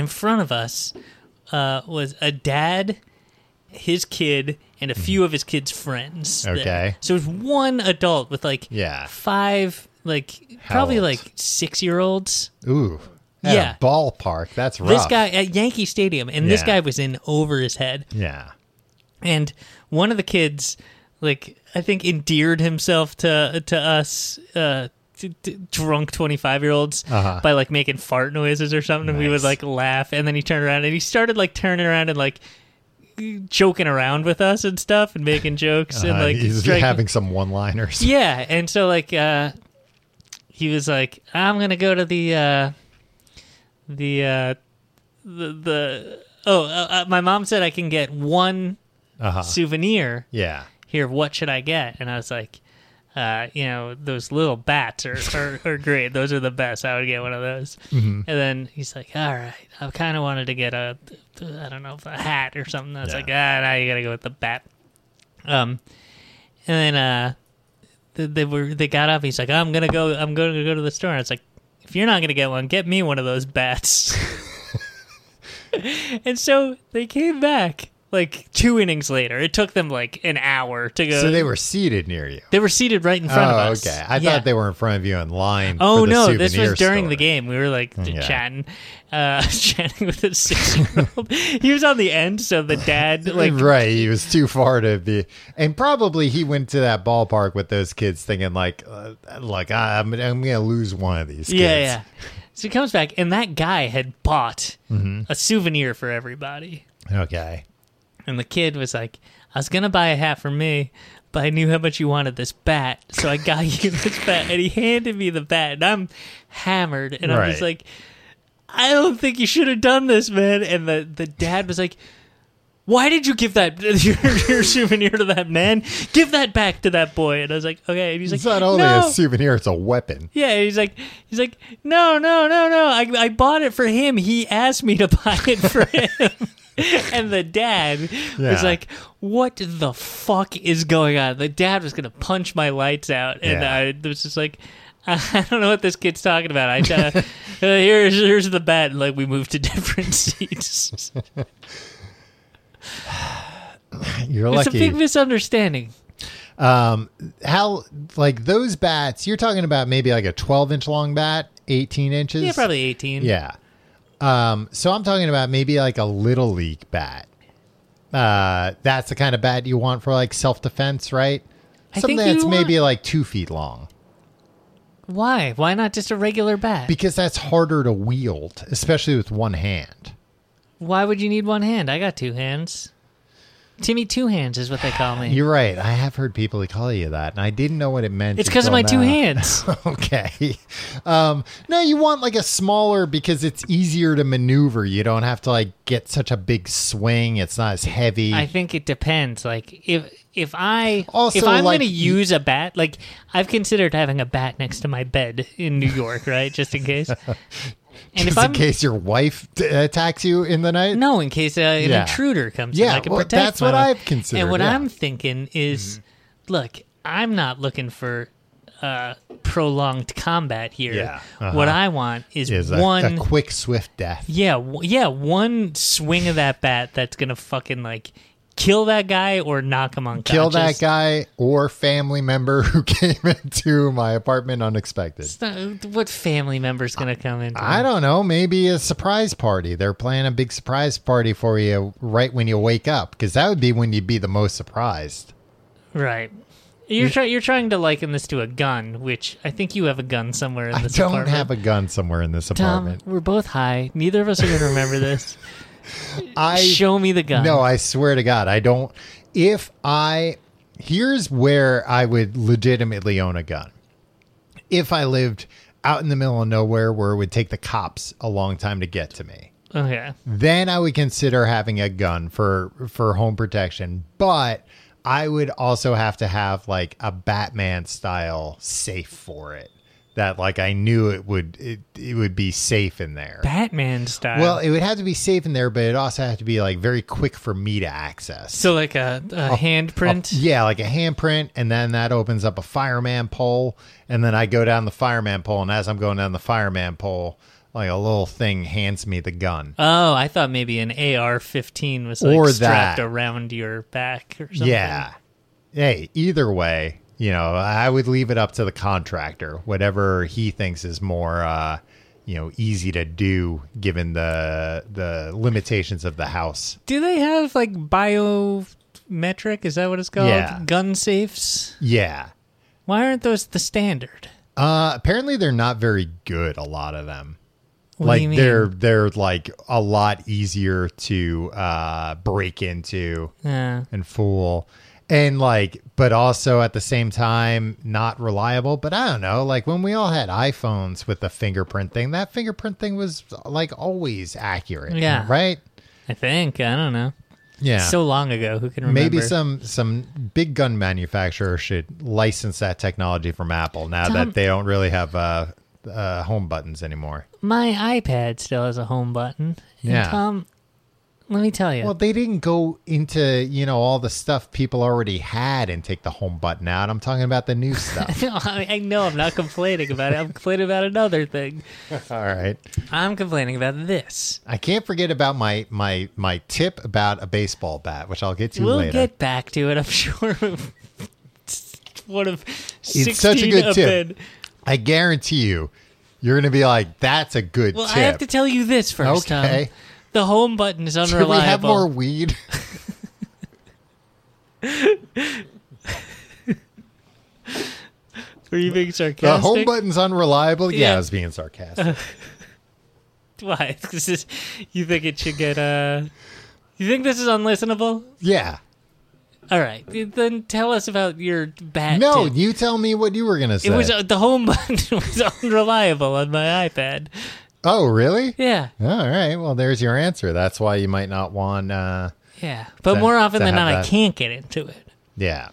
[SPEAKER 1] in front of us uh, was a dad, his kid, and a few of his kid's friends. there.
[SPEAKER 2] Mm-hmm. Okay.
[SPEAKER 1] So it was one adult with like
[SPEAKER 2] Yeah.
[SPEAKER 1] five, like probably
[SPEAKER 2] old?
[SPEAKER 1] like six year olds.
[SPEAKER 2] Ooh. At a
[SPEAKER 1] Yeah.
[SPEAKER 2] ballpark. That's rough.
[SPEAKER 1] This guy at Yankee Stadium, and this
[SPEAKER 2] Yeah.
[SPEAKER 1] guy was in over his head.
[SPEAKER 2] Yeah.
[SPEAKER 1] and one of the kids like i think endeared himself to to us uh t- t- drunk 25 year olds
[SPEAKER 2] Uh-huh.
[SPEAKER 1] by like making fart noises or something and we would
[SPEAKER 2] Nice.
[SPEAKER 1] like laugh and then he turned around and he started like turning around and like joking around with us and stuff and making jokes and
[SPEAKER 2] Uh,
[SPEAKER 1] like
[SPEAKER 2] he's
[SPEAKER 1] striking-
[SPEAKER 2] having some one-liners.
[SPEAKER 1] yeah and so like uh he was like i'm gonna go to the uh the uh the, the oh uh, uh, my mom said i can get one
[SPEAKER 2] Uh-huh.
[SPEAKER 1] souvenir
[SPEAKER 2] Yeah.
[SPEAKER 1] here what should i get and i was like uh, you know those little bats are, are, are great those are the best i would get one of those and then he's like all right i kind of wanted to get a i don't know a hat or something i was
[SPEAKER 2] Yeah.
[SPEAKER 1] like ah now you gotta go with the bat um and then uh they, they were they got up he's like i'm gonna go i'm gonna go to the store and it's like if you're not gonna get one get me one of those bats and so they came back like two innings later it took them like an hour to go
[SPEAKER 2] So they were seated near you.
[SPEAKER 1] they were seated right in front
[SPEAKER 2] oh,
[SPEAKER 1] of us.
[SPEAKER 2] okay. I
[SPEAKER 1] Yeah.
[SPEAKER 2] thought they were in front of you in line.
[SPEAKER 1] Oh
[SPEAKER 2] for the
[SPEAKER 1] no! This was
[SPEAKER 2] souvenir
[SPEAKER 1] during
[SPEAKER 2] store.
[SPEAKER 1] the game. We were like d-
[SPEAKER 2] Yeah.
[SPEAKER 1] chatting, uh, chatting with a six-year-old. he was on the end, so the dad like
[SPEAKER 2] right, he was too far to be, and probably he went to that ballpark with those kids thinking like, uh, like I'm, I'm gonna lose one of these.
[SPEAKER 1] yeah
[SPEAKER 2] kids.
[SPEAKER 1] yeah. So he comes back, and that guy had bought
[SPEAKER 2] Mm-hmm.
[SPEAKER 1] a souvenir for everybody.
[SPEAKER 2] Okay.
[SPEAKER 1] And the kid was like, I was going to buy a hat for me, but I knew how much you wanted this bat. So I got you this bat. And he handed me the bat, and I'm hammered. And I'm just
[SPEAKER 2] Right.
[SPEAKER 1] like, I don't think you should have done this, man. And the, the dad was like, why did you give that your, your souvenir to that man? Give that back to that boy. And I was like, okay. And he's like,
[SPEAKER 2] It's not only
[SPEAKER 1] no.
[SPEAKER 2] a souvenir, it's a weapon.
[SPEAKER 1] Yeah, and he's like, he's like, no, no, no, no. I, I bought it for him. He asked me to buy it for him. and the dad
[SPEAKER 2] Yeah.
[SPEAKER 1] was like, what the fuck is going on? The dad was gonna punch my lights out, and
[SPEAKER 2] Yeah.
[SPEAKER 1] I was just like. I don't know what this kid's talking about. I uh, uh, here's here's the bat, and like we moved to different seats.
[SPEAKER 2] You're
[SPEAKER 1] It's a
[SPEAKER 2] lucky.
[SPEAKER 1] big misunderstanding.
[SPEAKER 2] How like those bats? You're talking about maybe like a 12 inch long bat, 18 inches.
[SPEAKER 1] Yeah, probably eighteen.
[SPEAKER 2] Yeah. Um, so I'm talking about maybe like a little league bat. Uh, that's the kind of bat you want for like self defense, right?
[SPEAKER 1] I
[SPEAKER 2] Something
[SPEAKER 1] think you
[SPEAKER 2] that's maybe
[SPEAKER 1] want-
[SPEAKER 2] like two feet long
[SPEAKER 1] Why? Why not just a regular bat?
[SPEAKER 2] because that's harder to wield, especially with one hand.
[SPEAKER 1] Why would you need one hand? I got two hands. Timmy Two Hands is what they call me.
[SPEAKER 2] You're right. I have heard people call you that, and I didn't know what it meant.
[SPEAKER 1] it's because of my
[SPEAKER 2] until
[SPEAKER 1] two
[SPEAKER 2] now.
[SPEAKER 1] hands.
[SPEAKER 2] okay. Um, no, you want like a smaller because it's easier to maneuver. You don't have to like get such a big swing. It's not as heavy.
[SPEAKER 1] I think it depends. Like if if I
[SPEAKER 2] Also,
[SPEAKER 1] if I'm
[SPEAKER 2] like,
[SPEAKER 1] gonna
[SPEAKER 2] y-
[SPEAKER 1] use a bat, like I've considered having a bat next to my bed in New York, right? Just in case. And if
[SPEAKER 2] Just
[SPEAKER 1] I'm
[SPEAKER 2] in case your wife d- attacks you in the night.
[SPEAKER 1] no, in case uh, an
[SPEAKER 2] Yeah.
[SPEAKER 1] intruder comes, in,
[SPEAKER 2] Yeah,
[SPEAKER 1] I can
[SPEAKER 2] well,
[SPEAKER 1] protect.
[SPEAKER 2] that's what
[SPEAKER 1] my wife.
[SPEAKER 2] I've considered,
[SPEAKER 1] And what
[SPEAKER 2] yeah. Mm-hmm.
[SPEAKER 1] I'm thinking is, look, I'm not looking for. Uh, prolonged combat here.
[SPEAKER 2] Yeah, uh-huh.
[SPEAKER 1] What I want is,
[SPEAKER 2] Is a,
[SPEAKER 1] one
[SPEAKER 2] a quick, swift death.
[SPEAKER 1] Yeah, w- yeah, one swing of that bat that's gonna fucking like kill that guy or knock him unconscious.
[SPEAKER 2] Kill that guy or family member who came into my apartment unexpected.
[SPEAKER 1] It's not- what family member's gonna come in?
[SPEAKER 2] I don't know. Maybe a surprise party. They're planning a big surprise party for you right when you wake up, because that would be when you'd be the most surprised.
[SPEAKER 1] right.
[SPEAKER 2] Mm.
[SPEAKER 1] You're trying. You're trying to liken this to a gun, which I think you have a gun somewhere in
[SPEAKER 2] I
[SPEAKER 1] this
[SPEAKER 2] don't
[SPEAKER 1] apartment.
[SPEAKER 2] have a gun somewhere in this
[SPEAKER 1] Tom,
[SPEAKER 2] apartment.
[SPEAKER 1] we're both high. Neither of us are gonna remember this.
[SPEAKER 2] I
[SPEAKER 1] Show me the gun.
[SPEAKER 2] No, I swear to God, I don't. If I. Here's where I would legitimately own a gun. If I lived out in the middle of nowhere where it would take the cops a long time to get to me,
[SPEAKER 1] Okay.
[SPEAKER 2] then I would consider having a gun for, for home protection. But I would also have to have like a Batman style safe for it that like I knew it would, it, it would be safe in there.
[SPEAKER 1] Batman style.
[SPEAKER 2] Well, it would have to be safe in there, but it also have to be like very quick for me to access.
[SPEAKER 1] so like a, a, handprint.
[SPEAKER 2] Oh, yeah, like a handprint, and then that opens up a fireman pole, and then I go down the fireman pole, and as I'm going down the fireman pole, like a little thing hands me the gun.
[SPEAKER 1] Oh, I thought maybe an AR-15 was like
[SPEAKER 2] Or
[SPEAKER 1] strapped
[SPEAKER 2] that.
[SPEAKER 1] around your back or something.
[SPEAKER 2] yeah. Hey, either way, you know, I would leave it up to the contractor, whatever he thinks is more, uh, you know, easy to do given the the limitations of the house.
[SPEAKER 1] Do they have like biometric? Is that what it's called?
[SPEAKER 2] Yeah.
[SPEAKER 1] Gun safes?
[SPEAKER 2] Yeah.
[SPEAKER 1] Why aren't those the standard?
[SPEAKER 2] Uh, apparently they're not very good. A lot of them,
[SPEAKER 1] What do
[SPEAKER 2] like
[SPEAKER 1] you mean?
[SPEAKER 2] they're they're like a lot easier to uh, break into
[SPEAKER 1] Yeah.
[SPEAKER 2] and fool, and like, but also at the same time not reliable. But I don't know, like when we all had iPhones with the fingerprint thing, that fingerprint thing was like always accurate.
[SPEAKER 1] Yeah.
[SPEAKER 2] right.
[SPEAKER 1] I think. I don't know.
[SPEAKER 2] Yeah.
[SPEAKER 1] So long ago, who can remember?
[SPEAKER 2] Maybe some some big gun manufacturer should license that technology from Apple now
[SPEAKER 1] Tom-
[SPEAKER 2] that they don't really have uh, uh, home buttons anymore.
[SPEAKER 1] My iPad still has a home button. And
[SPEAKER 2] Yeah.
[SPEAKER 1] Tom, let me tell you.
[SPEAKER 2] Well, they didn't go into you know all the stuff people already had and take the home button out. I'm talking about the new stuff.
[SPEAKER 1] No, I I know I'm not complaining about it. I'm complaining about another thing.
[SPEAKER 2] all right,
[SPEAKER 1] I'm complaining about this.
[SPEAKER 2] I can't forget about my my my tip about a baseball bat, which I'll get to
[SPEAKER 1] we'll
[SPEAKER 2] later.
[SPEAKER 1] get back to it. I'm sure. One of sixteen
[SPEAKER 2] It's such a good
[SPEAKER 1] up
[SPEAKER 2] tip.
[SPEAKER 1] in-
[SPEAKER 2] I guarantee you, you're gonna be like, "That's a good
[SPEAKER 1] Well,
[SPEAKER 2] tip."
[SPEAKER 1] I have to tell you this first,
[SPEAKER 2] Okay.
[SPEAKER 1] Tom. The home button is
[SPEAKER 2] Do
[SPEAKER 1] unreliable.
[SPEAKER 2] we have more weed?
[SPEAKER 1] Were you being
[SPEAKER 2] The
[SPEAKER 1] sarcastic?
[SPEAKER 2] home button's unreliable. Yeah,
[SPEAKER 1] Yeah.
[SPEAKER 2] I was being sarcastic.
[SPEAKER 1] Why? This is, you think it should get uh You think this is unlistenable?
[SPEAKER 2] Yeah.
[SPEAKER 1] All right. Then tell us about your bad
[SPEAKER 2] No,
[SPEAKER 1] tip.
[SPEAKER 2] you tell me what you were gonna say.
[SPEAKER 1] It was uh, the home button was unreliable on my iPad.
[SPEAKER 2] oh, really?
[SPEAKER 1] Yeah.
[SPEAKER 2] All right. Well, there's your answer. That's why you might not want. Uh,
[SPEAKER 1] Yeah. But
[SPEAKER 2] To-
[SPEAKER 1] more often
[SPEAKER 2] to
[SPEAKER 1] than
[SPEAKER 2] have
[SPEAKER 1] not I
[SPEAKER 2] that-
[SPEAKER 1] can't get into it.
[SPEAKER 2] yeah,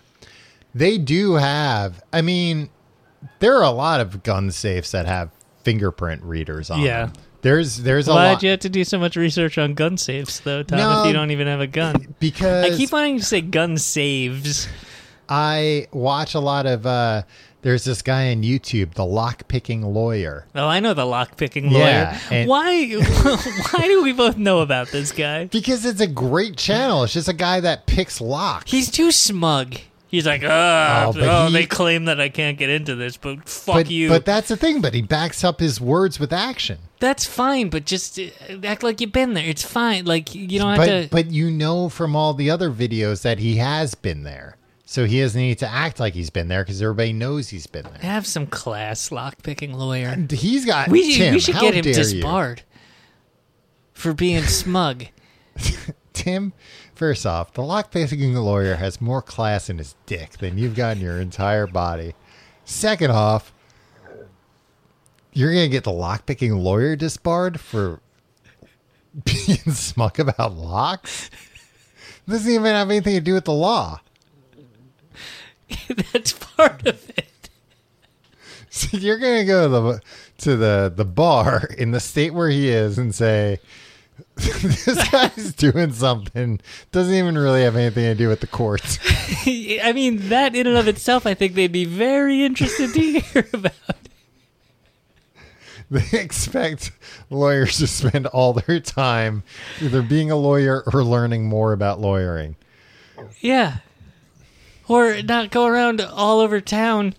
[SPEAKER 2] they do have. I mean, there are a lot of gun safes that have fingerprint readers on.
[SPEAKER 1] Yeah.
[SPEAKER 2] them. There's there's a
[SPEAKER 1] Why'd
[SPEAKER 2] lot
[SPEAKER 1] you have to do so much research on gun safes though, Tom,
[SPEAKER 2] No.
[SPEAKER 1] if you don't even have a gun?
[SPEAKER 2] because
[SPEAKER 1] I keep wanting to say gun saves.
[SPEAKER 2] I watch a lot of. Uh, there's this guy on YouTube, the lock picking lawyer.
[SPEAKER 1] Oh, I know the lockpicking lawyer.
[SPEAKER 2] Yeah, and-
[SPEAKER 1] why? why do we both know about this guy?
[SPEAKER 2] Because it's a great channel. It's just a guy that picks locks.
[SPEAKER 1] He's too smug. He's like, oh,
[SPEAKER 2] Oh, but
[SPEAKER 1] oh
[SPEAKER 2] he-
[SPEAKER 1] they claim that I can't get into this, but fuck
[SPEAKER 2] but,
[SPEAKER 1] you.
[SPEAKER 2] but that's the thing. But he backs up his words with action.
[SPEAKER 1] That's fine, but just uh, act like you've been there. It's fine. Like you don't
[SPEAKER 2] but
[SPEAKER 1] have to.
[SPEAKER 2] but you know from all the other videos that he has been there, so he doesn't need to act like he's been there because everybody knows he's been there.
[SPEAKER 1] have some class, lockpicking lawyer.
[SPEAKER 2] He's got.
[SPEAKER 1] We,
[SPEAKER 2] Tim,
[SPEAKER 1] we should
[SPEAKER 2] how
[SPEAKER 1] get him
[SPEAKER 2] dare
[SPEAKER 1] disbarred for being smug.
[SPEAKER 2] You. Tim, first off, the lockpicking lawyer has more class in his dick than you've got in your entire body. Second off, you're gonna get the lockpicking lawyer disbarred for being smug about locks. Doesn't even have anything to do with the law.
[SPEAKER 1] That's part of it.
[SPEAKER 2] So you're gonna go to the to the the bar in the state where he is and say this guy's doing something doesn't even really have anything to do with the courts.
[SPEAKER 1] I mean, that in and of itself, I think they'd be very interested to hear about.
[SPEAKER 2] They expect lawyers to spend all their time either being a lawyer or learning more about lawyering.
[SPEAKER 1] Yeah. Or not go around all over town,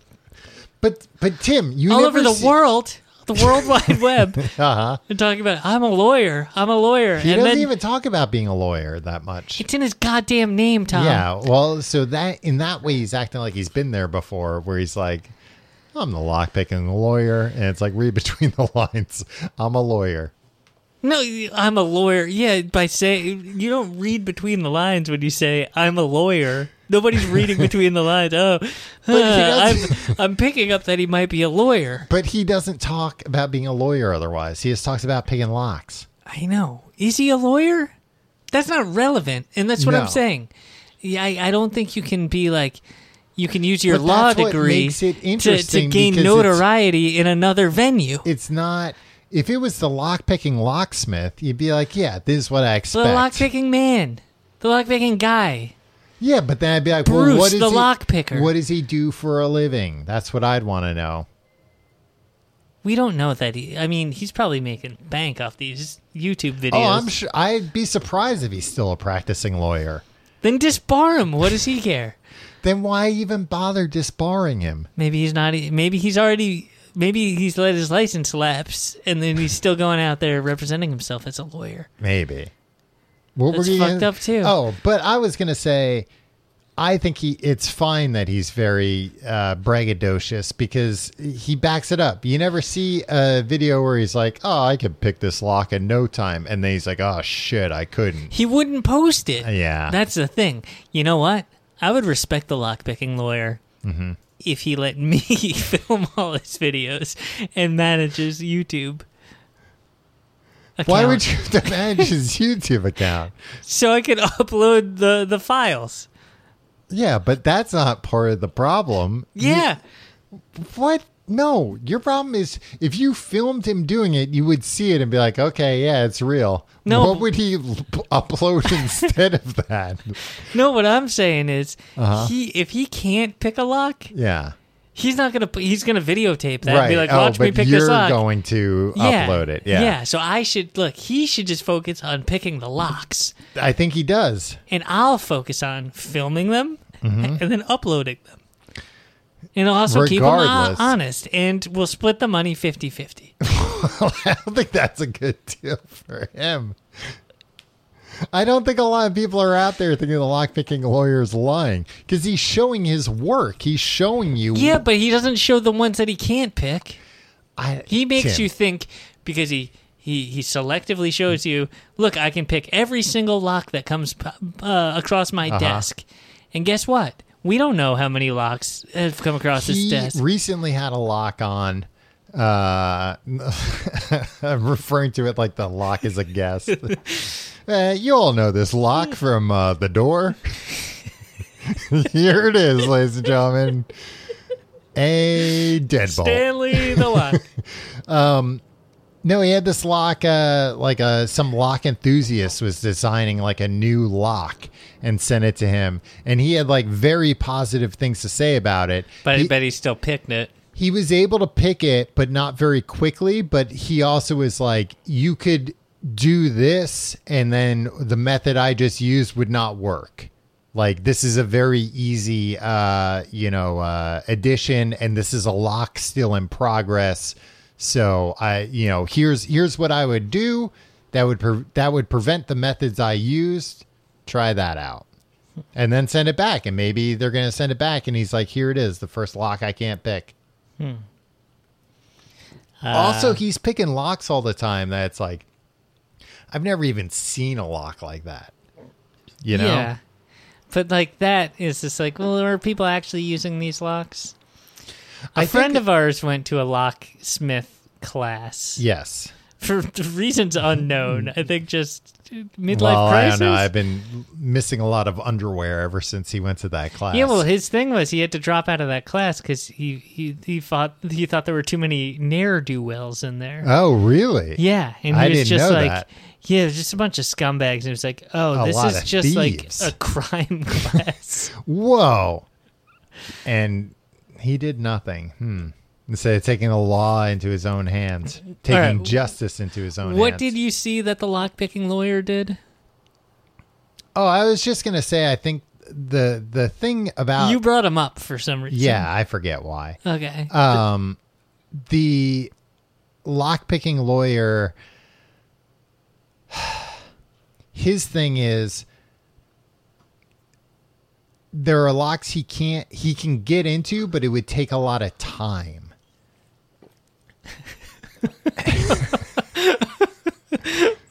[SPEAKER 2] But but Tim, you
[SPEAKER 1] all
[SPEAKER 2] never
[SPEAKER 1] over the world, the World Wide Web,
[SPEAKER 2] Uh huh.
[SPEAKER 1] and talking about, I'm a lawyer, I'm a lawyer.
[SPEAKER 2] He
[SPEAKER 1] and then
[SPEAKER 2] doesn't even talk about being a lawyer that much.
[SPEAKER 1] it's in his goddamn name, Tom.
[SPEAKER 2] Yeah, well, so that in that way, he's acting like he's been there before, where he's like, "I'm the lockpick and the lawyer," and it's like read between the lines, "I'm a lawyer."
[SPEAKER 1] No, I'm a lawyer. Yeah, by saying, you don't read between the lines when you say, I'm a lawyer. Nobody's reading between the lines. Oh, huh, I'm,
[SPEAKER 2] doesn't-
[SPEAKER 1] I'm picking up that he might be a lawyer.
[SPEAKER 2] But he doesn't talk about being a lawyer otherwise. He just talks about picking locks.
[SPEAKER 1] I know. Is he a lawyer? That's not relevant, and that's what I'm
[SPEAKER 2] No.
[SPEAKER 1] saying. Yeah, I, I don't think you can be like you can use your
[SPEAKER 2] But
[SPEAKER 1] law
[SPEAKER 2] that's what
[SPEAKER 1] degree
[SPEAKER 2] makes it
[SPEAKER 1] to, to
[SPEAKER 2] interesting
[SPEAKER 1] gain
[SPEAKER 2] because it's-
[SPEAKER 1] notoriety in another venue.
[SPEAKER 2] It's not. If it was the lockpicking locksmith, you'd be like, "Yeah, this is what I
[SPEAKER 1] The
[SPEAKER 2] expect."
[SPEAKER 1] lockpicking man, the lockpicking guy.
[SPEAKER 2] yeah, but then I'd be like,
[SPEAKER 1] Bruce,
[SPEAKER 2] "Well, what is
[SPEAKER 1] the
[SPEAKER 2] he,
[SPEAKER 1] lockpicker."
[SPEAKER 2] What does he do for a living?" That's what I'd want to know.
[SPEAKER 1] We don't know that he. I mean, he's probably making bank off these YouTube videos.
[SPEAKER 2] Oh, I'm sure. I'd be surprised if he's still a practicing lawyer.
[SPEAKER 1] Then disbar him. What does he care?
[SPEAKER 2] Then why even bother disbarring him?
[SPEAKER 1] Maybe he's not. e, Maybe he's already. Maybe he's let his license lapse, and then he's still going out there representing himself as a lawyer.
[SPEAKER 2] Maybe. What
[SPEAKER 1] That's
[SPEAKER 2] you
[SPEAKER 1] fucked
[SPEAKER 2] gonna-
[SPEAKER 1] up, too.
[SPEAKER 2] Oh, but I was gonna say, I think he. It's fine that he's very uh, braggadocious because he backs it up. You never see a video where he's like, "Oh, I could pick this lock in no time," and then he's like, "Oh shit, I couldn't."
[SPEAKER 1] He wouldn't post it.
[SPEAKER 2] Uh, Yeah.
[SPEAKER 1] That's the thing. You know what? I would respect the lockpicking lawyer
[SPEAKER 2] Mm-hmm.
[SPEAKER 1] if he let me film all his videos and manages YouTube.
[SPEAKER 2] Why
[SPEAKER 1] account
[SPEAKER 2] would you have to manage his YouTube account?
[SPEAKER 1] So I could upload the, the files.
[SPEAKER 2] Yeah, but that's not part of the problem.
[SPEAKER 1] Yeah.
[SPEAKER 2] What? No, your problem is if you filmed him doing it, you would see it and be like, "Okay, yeah, it's real."
[SPEAKER 1] No.
[SPEAKER 2] what would he l- upload instead of that?
[SPEAKER 1] No, what I'm saying is
[SPEAKER 2] Uh-huh.
[SPEAKER 1] he if he can't pick a lock,
[SPEAKER 2] Yeah, he's
[SPEAKER 1] he's not gonna p- he's gonna videotape that
[SPEAKER 2] right.
[SPEAKER 1] and be like,
[SPEAKER 2] oh,
[SPEAKER 1] watch
[SPEAKER 2] but
[SPEAKER 1] me pick
[SPEAKER 2] you're
[SPEAKER 1] this lock.
[SPEAKER 2] going to upload it. Yeah.
[SPEAKER 1] Yeah. So I should look, he should just focus on picking the locks.
[SPEAKER 2] I think he does.
[SPEAKER 1] and I'll focus on filming them
[SPEAKER 2] Mm-hmm.
[SPEAKER 1] and then uploading them. And I'll also keep them uh,
[SPEAKER 2] Regardless.
[SPEAKER 1] honest, and we'll split the money 50 50.
[SPEAKER 2] I don't think that's a good deal for him. I don't think a lot of people are out there thinking the lockpicking lawyer is lying because he's showing his work. He's showing you.
[SPEAKER 1] yeah, but he doesn't show the ones that he can't pick.
[SPEAKER 2] I-
[SPEAKER 1] He makes
[SPEAKER 2] Tim.
[SPEAKER 1] you think because he He he selectively shows you, look, I can pick every single lock that comes p- uh, across
[SPEAKER 2] Uh-huh.
[SPEAKER 1] my desk, and guess what? We don't know how many locks have come across
[SPEAKER 2] he
[SPEAKER 1] this desk.
[SPEAKER 2] recently had a lock on. Uh, I'm referring to it like the lock is a guest. uh, you all know this lock from uh, the door. Here it is, ladies and gentlemen. A deadbolt.
[SPEAKER 1] Stanley the lock.
[SPEAKER 2] No, he had this lock. Uh, like uh, some lock enthusiast was designing like a new lock and sent it to him, and he had like very positive things to say about it.
[SPEAKER 1] But
[SPEAKER 2] he,
[SPEAKER 1] I bet he's still picking it.
[SPEAKER 2] he was able to pick it, but not very quickly. But he also was like, you could do this, and then the method I just used would not work. Like this is a very easy, uh, you know, uh, addition, and this is a lock still in progress. So I, you know, here's here's what I would do that would pre- that would prevent the methods I used. Try that out and then send it back. And maybe they're going to send it back. And he's like, here it is, the first lock I can't pick.
[SPEAKER 1] Uh,
[SPEAKER 2] also, he's picking locks all the time. That's like, I've never even seen a lock like that. You know?
[SPEAKER 1] Yeah. But like that is just like, well, are people actually using these locks? A
[SPEAKER 2] I
[SPEAKER 1] friend
[SPEAKER 2] think-
[SPEAKER 1] of ours went to a locksmith class
[SPEAKER 2] Yes.
[SPEAKER 1] for reasons unknown. I think just midlife
[SPEAKER 2] well,
[SPEAKER 1] crisis.
[SPEAKER 2] I don't know. I've been missing a lot of underwear ever since he went to that class.
[SPEAKER 1] yeah, well, his thing was he had to drop out of that class because he he he thought he thought there were too many ne'er do wells in there.
[SPEAKER 2] oh, really?
[SPEAKER 1] Yeah, and he
[SPEAKER 2] I
[SPEAKER 1] was
[SPEAKER 2] didn't
[SPEAKER 1] just
[SPEAKER 2] know
[SPEAKER 1] like,
[SPEAKER 2] that.
[SPEAKER 1] yeah, there's just a bunch of scumbags, and it was like, oh,
[SPEAKER 2] A
[SPEAKER 1] this
[SPEAKER 2] lot
[SPEAKER 1] is
[SPEAKER 2] of
[SPEAKER 1] just
[SPEAKER 2] thieves.
[SPEAKER 1] like a crime class.
[SPEAKER 2] Whoa. And he did nothing. Hmm. Instead of taking the law into his own hands, taking
[SPEAKER 1] right.
[SPEAKER 2] justice into his own
[SPEAKER 1] what
[SPEAKER 2] hands.
[SPEAKER 1] did you see that the lockpicking lawyer did?
[SPEAKER 2] Oh, I was just gonna say. I think the the thing about
[SPEAKER 1] you brought him up for some reason.
[SPEAKER 2] yeah, I forget why.
[SPEAKER 1] Okay.
[SPEAKER 2] Um, the lockpicking lawyer. His thing is there are locks he can't he can get into, but it would take a lot of time.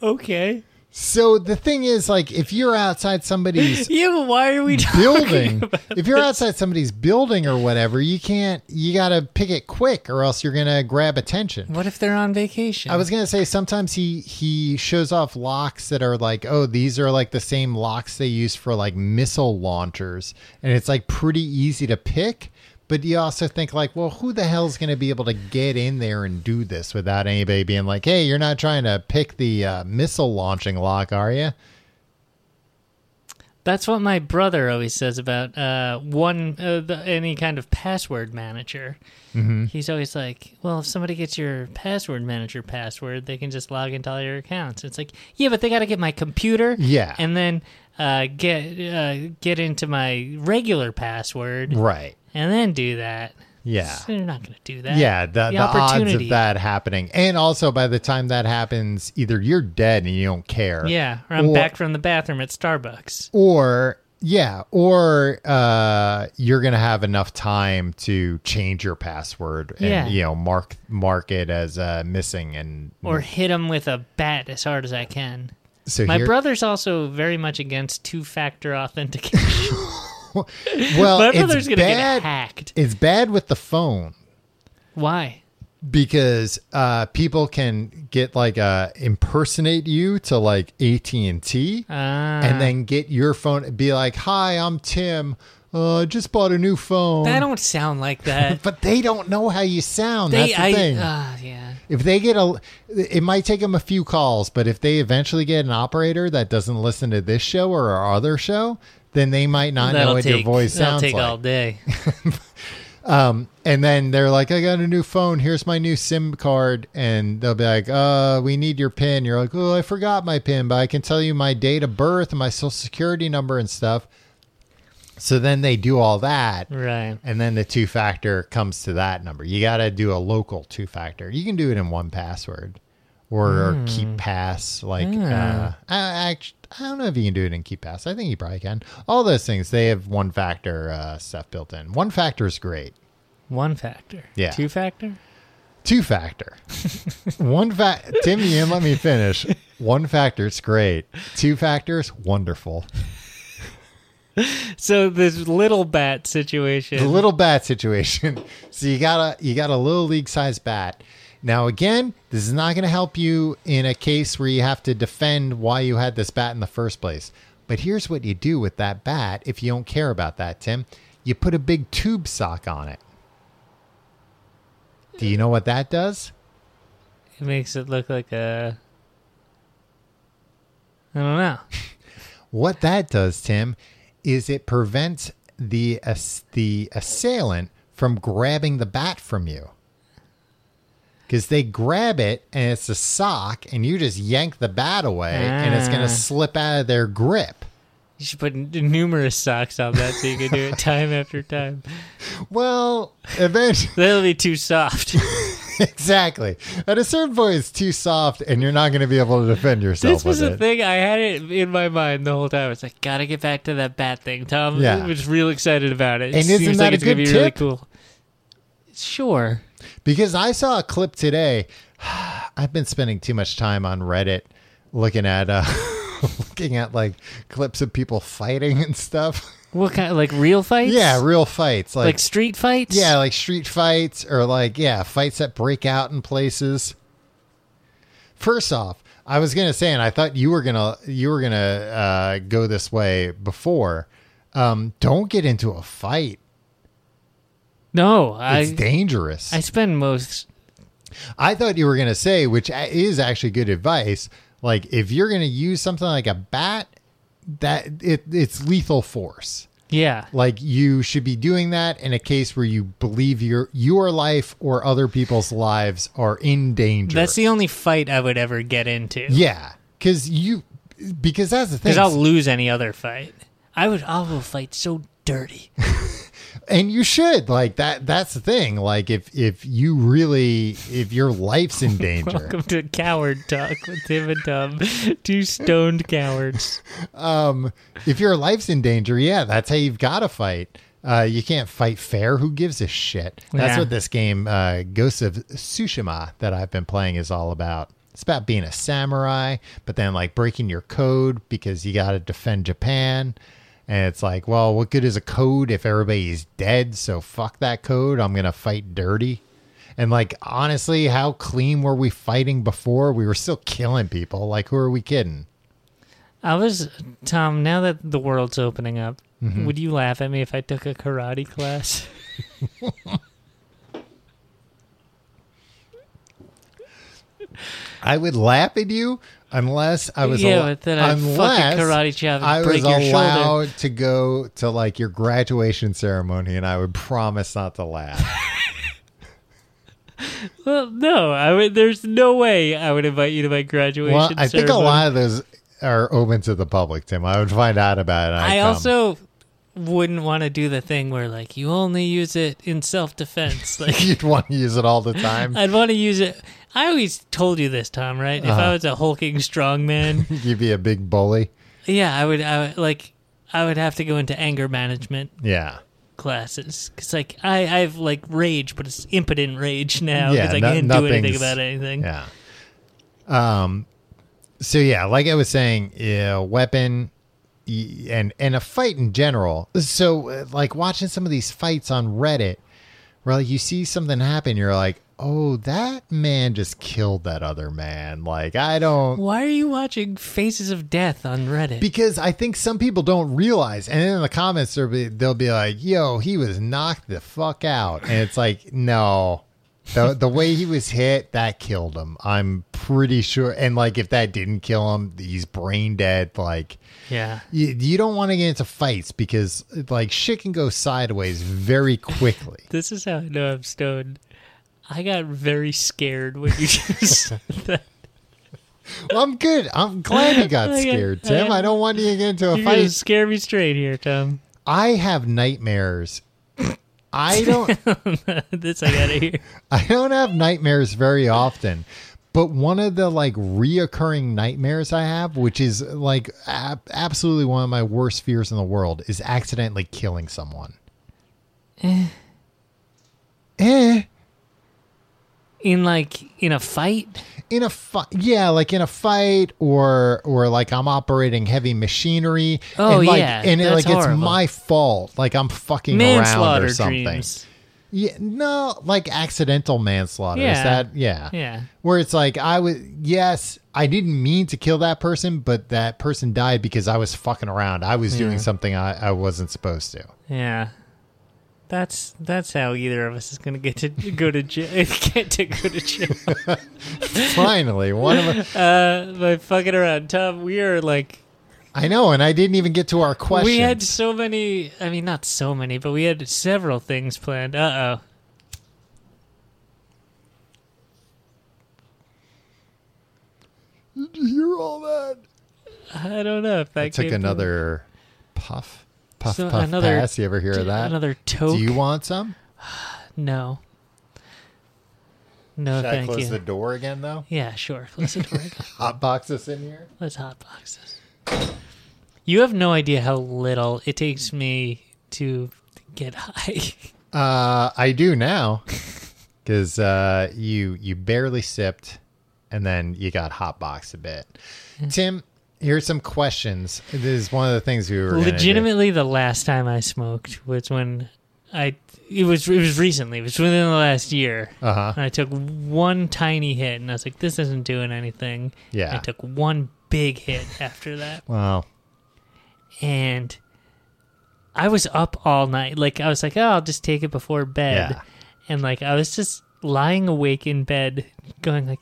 [SPEAKER 1] okay.
[SPEAKER 2] So the thing is, like, if you're outside somebody's
[SPEAKER 1] Yeah, but why are we talking
[SPEAKER 2] building
[SPEAKER 1] about
[SPEAKER 2] if you're outside somebody's building or whatever you can't you gotta pick it quick or else you're gonna grab attention
[SPEAKER 1] What if they're on vacation?
[SPEAKER 2] i was gonna say sometimes he he shows off locks that are like oh these are like the same locks they use for like missile launchers and it's like pretty easy to pick but you also think like well who the hell's gonna be able to get in there and do this without anybody being like hey you're not trying to pick the uh, missile launching lock are you
[SPEAKER 1] That's what my brother always says about uh, one uh, the, any kind of password manager.
[SPEAKER 2] Mm-hmm.
[SPEAKER 1] He's always like, "Well, if somebody gets your password manager password, they can just log into all your accounts." It's like, yeah, but they got to get my computer,
[SPEAKER 2] Yeah.
[SPEAKER 1] and then uh, get uh, get into my regular password,
[SPEAKER 2] right
[SPEAKER 1] and then do that.
[SPEAKER 2] yeah
[SPEAKER 1] So they're not going to do that.
[SPEAKER 2] Yeah, the, the, odds of
[SPEAKER 1] opportunity.
[SPEAKER 2] that happening. And also, by the time that happens, either you're dead and you don't care.
[SPEAKER 1] Yeah, or I'm
[SPEAKER 2] Or-
[SPEAKER 1] back from the bathroom at Starbucks.
[SPEAKER 2] Or, yeah, or uh, you're going to have enough time to change your password and,
[SPEAKER 1] Yeah.
[SPEAKER 2] you know, mark, mark it as uh, missing. And
[SPEAKER 1] or hit them with a bat as hard as I can.
[SPEAKER 2] so
[SPEAKER 1] My
[SPEAKER 2] here-
[SPEAKER 1] brother's also very much against two-factor authentication.
[SPEAKER 2] well,
[SPEAKER 1] My
[SPEAKER 2] it's
[SPEAKER 1] brother's gonna
[SPEAKER 2] bad-
[SPEAKER 1] get hacked.
[SPEAKER 2] It's bad with the phone.
[SPEAKER 1] Why?
[SPEAKER 2] because uh, people can get like uh, impersonate you to like AT and T,
[SPEAKER 1] Uh-huh.
[SPEAKER 2] and then get your phone be like, "Hi, I'm Tim. Uh, just bought a new phone."
[SPEAKER 1] I don't sound like that.
[SPEAKER 2] but they don't know how you sound.
[SPEAKER 1] they,
[SPEAKER 2] That's the
[SPEAKER 1] I,
[SPEAKER 2] thing.
[SPEAKER 1] ah, yeah.
[SPEAKER 2] if they get a, it might take them a few calls, but if they eventually get an operator that doesn't listen to this show or our other show, then they might not know
[SPEAKER 1] That'll
[SPEAKER 2] what
[SPEAKER 1] take,
[SPEAKER 2] your voice
[SPEAKER 1] that'll
[SPEAKER 2] sounds
[SPEAKER 1] take
[SPEAKER 2] like.
[SPEAKER 1] all day.
[SPEAKER 2] And then they're like, I got a new phone. Here's my new SIM card. And they'll be like, uh, we need your PIN. You're like, oh, I forgot my PIN, but I can tell you my date of birth and my social security number and stuff. So then they do all that.
[SPEAKER 1] Right.
[SPEAKER 2] And then the two factor comes to that number. You got to do a local two factor. You can do it in one password or, or keep pass. Like, uh, I, I, act- I don't know if you can do it in keep pass. I think you probably can. All those things, they have one factor uh, stuff built in. One factor is great.
[SPEAKER 1] One factor.
[SPEAKER 2] Yeah.
[SPEAKER 1] Two factor?
[SPEAKER 2] Two factor. One fact. Tim, you didn't let me finish. One factor, it's great. Two factors, wonderful.
[SPEAKER 1] So this little bat situation.
[SPEAKER 2] The little bat situation. So you got a you got a little league size bat. Now again, this is not going to help you in a case where you have to defend why you had this bat in the first place. But here's what you do with that bat if you don't care about that, Tim. You put a big tube sock on it. Do you know what that does?
[SPEAKER 1] it makes it look like a. I don't know.
[SPEAKER 2] What that does, Tim, is it prevents the ass- the assailant from grabbing the bat from you. Because they grab it and it's a sock, and you just yank the bat away, and it's going
[SPEAKER 1] Ah.
[SPEAKER 2] to slip out of their grip.
[SPEAKER 1] You should put n- numerous socks on that so you can do it time after time.
[SPEAKER 2] Well, eventually.
[SPEAKER 1] That'll be too soft.
[SPEAKER 2] exactly. At a certain point, it's too soft, and you're not going to be able to defend yourself.
[SPEAKER 1] this was
[SPEAKER 2] with
[SPEAKER 1] the
[SPEAKER 2] it.
[SPEAKER 1] thing I had it in my mind the whole time. It's like gotta get back to that bat thing. Tom
[SPEAKER 2] Yeah.
[SPEAKER 1] was real excited about it. It
[SPEAKER 2] And isn't
[SPEAKER 1] seems
[SPEAKER 2] that
[SPEAKER 1] like
[SPEAKER 2] a
[SPEAKER 1] it's gonna
[SPEAKER 2] good
[SPEAKER 1] be really
[SPEAKER 2] tip?
[SPEAKER 1] cool. Sure.
[SPEAKER 2] Because I saw a clip today. I've been spending too much time on Reddit looking at uh looking at like clips of people fighting and stuff.
[SPEAKER 1] What kind? Like real fights?
[SPEAKER 2] Yeah, real fights. Like,
[SPEAKER 1] like street fights.
[SPEAKER 2] yeah, like street fights or like yeah, fights that break out in places. First off, I was gonna say, and I thought you were gonna you were gonna uh, go this way before. Um, don't get into a fight.
[SPEAKER 1] No, I
[SPEAKER 2] It's dangerous.
[SPEAKER 1] I spend most
[SPEAKER 2] I thought you were going to say, which a- is actually good advice. Like if you're going to use something like a bat, that it it's lethal force.
[SPEAKER 1] yeah.
[SPEAKER 2] Like you should be doing that in a case where you believe your your life or other people's lives are in danger.
[SPEAKER 1] That's the only fight I would ever get into.
[SPEAKER 2] yeah, because you because that's the thing.
[SPEAKER 1] Because I'll lose any other fight. I would I will fight so dirty.
[SPEAKER 2] and you should like that. That's the thing. Like if if you really if your life's in danger,
[SPEAKER 1] Welcome to Coward Talk with Tim and Tom. Two stoned cowards.
[SPEAKER 2] um, if your life's in danger, yeah, that's how you've got to fight. Uh, you can't fight fair. Who gives a shit? That's
[SPEAKER 1] Yeah.
[SPEAKER 2] what this game, uh, Ghost of Tsushima, that I've been playing, is all about. It's about being a samurai, but then like breaking your code because you got to defend Japan. And it's like, well, what good is a code if everybody's dead? So fuck that code. I'm gonna fight dirty. And like honestly, how clean were we fighting before? We were still killing people. Like, who are we kidding?
[SPEAKER 1] I was Tom, now that the world's opening up,
[SPEAKER 2] Mm-hmm.
[SPEAKER 1] would you laugh at me if I took a karate class?
[SPEAKER 2] I would laugh at you unless I was
[SPEAKER 1] yeah,
[SPEAKER 2] al-
[SPEAKER 1] but then I'd
[SPEAKER 2] unless
[SPEAKER 1] fucking karate chop and
[SPEAKER 2] I
[SPEAKER 1] break
[SPEAKER 2] was
[SPEAKER 1] your shoulder.
[SPEAKER 2] allowed to go to like your graduation ceremony, and I would promise not to laugh.
[SPEAKER 1] Well, no, I would there's no way I would invite you to my graduation.
[SPEAKER 2] well, I think a
[SPEAKER 1] ceremony.
[SPEAKER 2] lot of those are open to the public, Tim. I would find out about it. and I'd
[SPEAKER 1] I
[SPEAKER 2] come.
[SPEAKER 1] also wouldn't want to do the thing where like you only use it in self defense. Like
[SPEAKER 2] you'd want to use it all the time.
[SPEAKER 1] I'd want to use it. I always told you this, Tom. Right?
[SPEAKER 2] Uh-huh.
[SPEAKER 1] If I was a hulking strongman,
[SPEAKER 2] You'd be a big bully.
[SPEAKER 1] yeah, I would. I would, like. I would have to go into anger management
[SPEAKER 2] Yeah.
[SPEAKER 1] classes because, like, I I have like rage, but it's impotent rage now because
[SPEAKER 2] Yeah,
[SPEAKER 1] I
[SPEAKER 2] no-
[SPEAKER 1] can't do anything
[SPEAKER 2] nothing's-
[SPEAKER 1] about anything.
[SPEAKER 2] Yeah. Um. So yeah, like I was saying, yeah, weapon y- and and a fight in general. So uh, like watching some of these fights on Reddit, where like you see something happen, you're like, oh, that man just killed that other man. Like I don't.
[SPEAKER 1] Why are you watching Faces of Death on Reddit?
[SPEAKER 2] Because I think some people don't realize, and then in the comments they'll be, they'll be like, "Yo, he was knocked the fuck out," and it's like, no, the the way he was hit that killed him. I'm pretty sure, and like if that didn't kill him, he's brain dead. Like
[SPEAKER 1] yeah,
[SPEAKER 2] you, you don't want to get into fights because like shit can go sideways very quickly.
[SPEAKER 1] This is how I know I'm stoned. I got very scared when you just said that.
[SPEAKER 2] well, I'm good. I'm glad you got
[SPEAKER 1] I got-
[SPEAKER 2] scared,
[SPEAKER 1] I
[SPEAKER 2] Tim.
[SPEAKER 1] got-
[SPEAKER 2] I don't want you to get into a
[SPEAKER 1] You're
[SPEAKER 2] fight.
[SPEAKER 1] gonna scare me straight here, Tom.
[SPEAKER 2] I have nightmares. I don't.
[SPEAKER 1] this I gotta hear.
[SPEAKER 2] I don't have nightmares very often, but one of the like reoccurring nightmares I have, which is like ab- absolutely one of my worst fears in the world, is accidentally killing Eh. someone. Eh.
[SPEAKER 1] in like in a fight.
[SPEAKER 2] in a fight yeah like in a fight or or like i'm operating heavy machinery
[SPEAKER 1] Oh,
[SPEAKER 2] and like
[SPEAKER 1] yeah,
[SPEAKER 2] and it,
[SPEAKER 1] that's
[SPEAKER 2] like
[SPEAKER 1] horrible.
[SPEAKER 2] it's my fault like i'm fucking around
[SPEAKER 1] Manslaughter
[SPEAKER 2] or something
[SPEAKER 1] dreams.
[SPEAKER 2] yeah no like accidental manslaughter is
[SPEAKER 1] Yeah.
[SPEAKER 2] that yeah
[SPEAKER 1] Yeah.
[SPEAKER 2] where it's like i was yes i didn't mean to kill that person but that person died because i was fucking around i was doing something I, I wasn't supposed to
[SPEAKER 1] Yeah. That's that's how either of us is gonna get to go to jail. get to go to jail
[SPEAKER 2] finally one of us
[SPEAKER 1] uh, by fucking around. Tom, we are like
[SPEAKER 2] i know and i didn't even get to our question
[SPEAKER 1] we had so many. I mean, not so many, but we had several things planned. Uh oh.
[SPEAKER 2] Did you hear all that
[SPEAKER 1] I don't know if that
[SPEAKER 2] It took
[SPEAKER 1] came through.
[SPEAKER 2] another puff, puff,
[SPEAKER 1] So
[SPEAKER 2] puff
[SPEAKER 1] another-
[SPEAKER 2] pass. You ever hear
[SPEAKER 1] D-
[SPEAKER 2] of that?
[SPEAKER 1] Another toke.
[SPEAKER 2] Do you want some?
[SPEAKER 1] No. No, Oh, thank you.
[SPEAKER 2] door again, though?
[SPEAKER 1] Yeah, sure. Let's
[SPEAKER 2] Hot box us in here.
[SPEAKER 1] let's hotbox this. You have no idea how little it takes me to get high.
[SPEAKER 2] Uh, I do now, because uh, you you barely sipped, and then you got hot boxed a bit. Tim, here's some questions. This is one of the things we were gonna do.
[SPEAKER 1] Legitimately, the last time I smoked was when I. It was it was recently. It was within the last year.
[SPEAKER 2] Uh-huh.
[SPEAKER 1] And I took one tiny hit, and I was like, "This isn't doing anything."
[SPEAKER 2] Yeah.
[SPEAKER 1] I took one big hit after that,
[SPEAKER 2] Well,
[SPEAKER 1] and I was up all night. Like I was like, "Oh, I'll just take it before bed,"
[SPEAKER 2] Yeah.
[SPEAKER 1] and like I was just lying awake in bed, going like,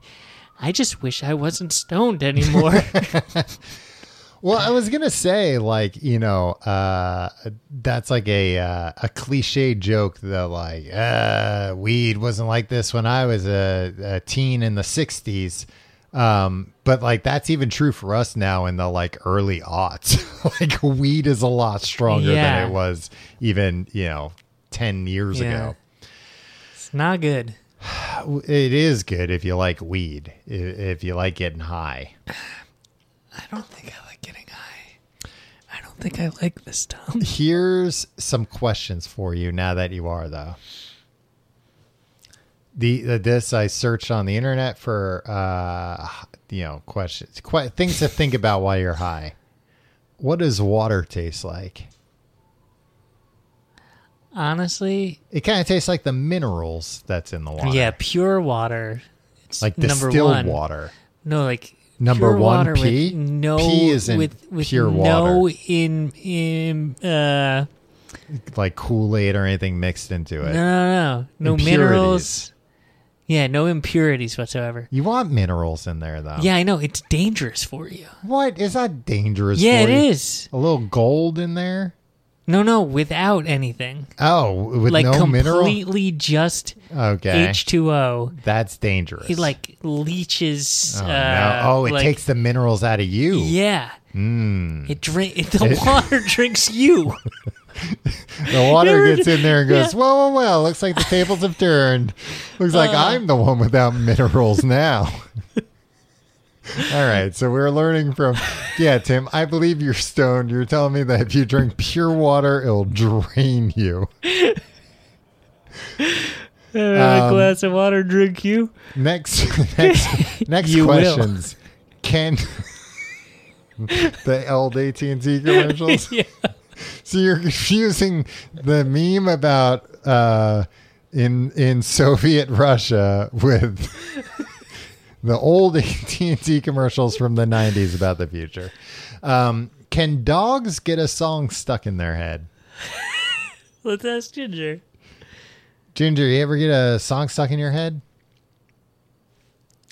[SPEAKER 1] "I just wish I wasn't stoned anymore."
[SPEAKER 2] Well, I was gonna say, like, you know, uh, that's like a uh, a cliche joke that like uh, weed wasn't like this when I was a, a teen in the '60s, um, but like that's even true for us now in the like early aughts. like, weed is a lot stronger
[SPEAKER 1] Yeah.
[SPEAKER 2] than it was even you know ten years
[SPEAKER 1] Yeah.
[SPEAKER 2] ago.
[SPEAKER 1] it's not good.
[SPEAKER 2] It is good if you like weed, i- if you like getting high.
[SPEAKER 1] I don't think I like getting high. I don't think I like this, Tom.
[SPEAKER 2] Here's some questions for you now that you are though. The uh, this I searched on the internet for uh you know questions que- things to think about while you're high. What does water taste like?
[SPEAKER 1] Honestly,
[SPEAKER 2] It kind of tastes like the minerals that's in the water.
[SPEAKER 1] yeah, pure water. It's
[SPEAKER 2] like
[SPEAKER 1] number
[SPEAKER 2] distilled
[SPEAKER 1] one.
[SPEAKER 2] water.
[SPEAKER 1] No, like
[SPEAKER 2] Number
[SPEAKER 1] pure
[SPEAKER 2] one,
[SPEAKER 1] water
[SPEAKER 2] pee?
[SPEAKER 1] With no,
[SPEAKER 2] Pee is in
[SPEAKER 1] with, with
[SPEAKER 2] pure
[SPEAKER 1] no
[SPEAKER 2] water.
[SPEAKER 1] in in uh
[SPEAKER 2] Like Kool-Aid or anything mixed into
[SPEAKER 1] no no
[SPEAKER 2] it.
[SPEAKER 1] no no
[SPEAKER 2] Impurities.
[SPEAKER 1] minerals. Yeah, no impurities whatsoever.
[SPEAKER 2] You want minerals in there though.
[SPEAKER 1] Yeah, I know it's dangerous for you.
[SPEAKER 2] What is that dangerous?
[SPEAKER 1] yeah,
[SPEAKER 2] for
[SPEAKER 1] it
[SPEAKER 2] you?
[SPEAKER 1] is.
[SPEAKER 2] A little gold in there?
[SPEAKER 1] No, no, without anything,
[SPEAKER 2] Oh, with
[SPEAKER 1] like
[SPEAKER 2] no mineral?
[SPEAKER 1] completely just
[SPEAKER 2] Okay.
[SPEAKER 1] H two O.
[SPEAKER 2] That's dangerous.
[SPEAKER 1] It like leaches.
[SPEAKER 2] oh,
[SPEAKER 1] uh,
[SPEAKER 2] no. oh it
[SPEAKER 1] like-
[SPEAKER 2] takes the minerals out of you. Hmm.
[SPEAKER 1] Yeah. It drink. It, the water drinks you.
[SPEAKER 2] The water
[SPEAKER 1] You're-
[SPEAKER 2] gets in there and goes,
[SPEAKER 1] yeah.
[SPEAKER 2] well, well, well, looks like the tables have turned. Looks like
[SPEAKER 1] Uh.
[SPEAKER 2] I'm the one without minerals now. All right, so we're learning from, yeah, Tim. I believe you're stoned. You're telling me that if you drink pure water, it'll drain you. Um,
[SPEAKER 1] a glass of water drink you.
[SPEAKER 2] Next, next, next
[SPEAKER 1] You will.
[SPEAKER 2] questions. Can the old AT and T commercials?
[SPEAKER 1] Yeah.
[SPEAKER 2] So you're confusing the meme about uh, in in Soviet Russia with the old AT and T commercials from the '90s about the future. Um, can dogs get a song stuck in their head?
[SPEAKER 1] Let's ask Ginger.
[SPEAKER 2] Ginger, you ever get a song stuck in your head?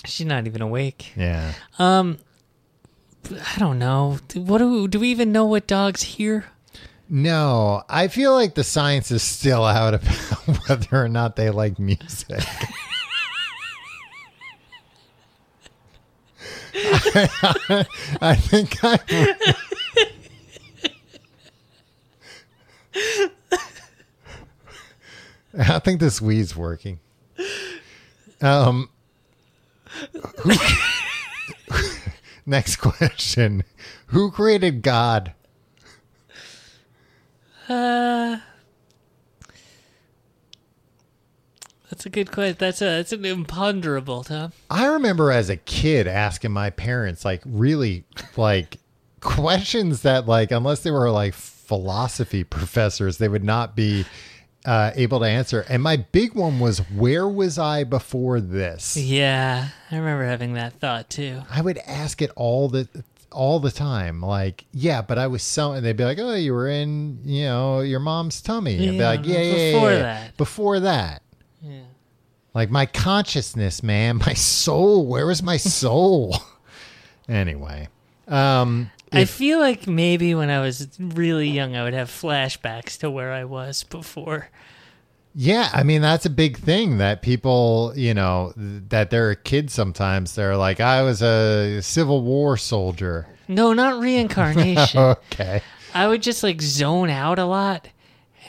[SPEAKER 1] She's not even awake.
[SPEAKER 2] Yeah.
[SPEAKER 1] I don't know. Do- What do do we even know what dogs hear?
[SPEAKER 2] No, I feel like the science is still out about whether or not they like music. I, think I. I think this weed's working. Um. who- next question: Who created God?
[SPEAKER 1] Uh. That's a good question. That's a that's an imponderable, Tom.
[SPEAKER 2] I remember as a kid asking my parents like really like questions that like unless they were like philosophy professors, they would not be uh, able to answer. And my big one was where was I before this?
[SPEAKER 1] Yeah, I remember having that thought too.
[SPEAKER 2] I would ask it all the all the time. Like, yeah, but I was so, and they'd be like, oh, you were in, you know, your mom's tummy. And I'd be
[SPEAKER 1] Yeah,
[SPEAKER 2] like, yeah, yeah,
[SPEAKER 1] before
[SPEAKER 2] yeah, yeah.
[SPEAKER 1] that.
[SPEAKER 2] Before that.
[SPEAKER 1] Yeah.
[SPEAKER 2] Like my consciousness, man, my soul. Where is my soul? anyway, um,
[SPEAKER 1] I feel like maybe when I was really young, I would have flashbacks to where I was before.
[SPEAKER 2] Yeah, I mean that's a big thing that people, you know, th- that there are kids sometimes they're like, I was a Civil War soldier.
[SPEAKER 1] No, not reincarnation.
[SPEAKER 2] Okay.
[SPEAKER 1] I would just like zone out a lot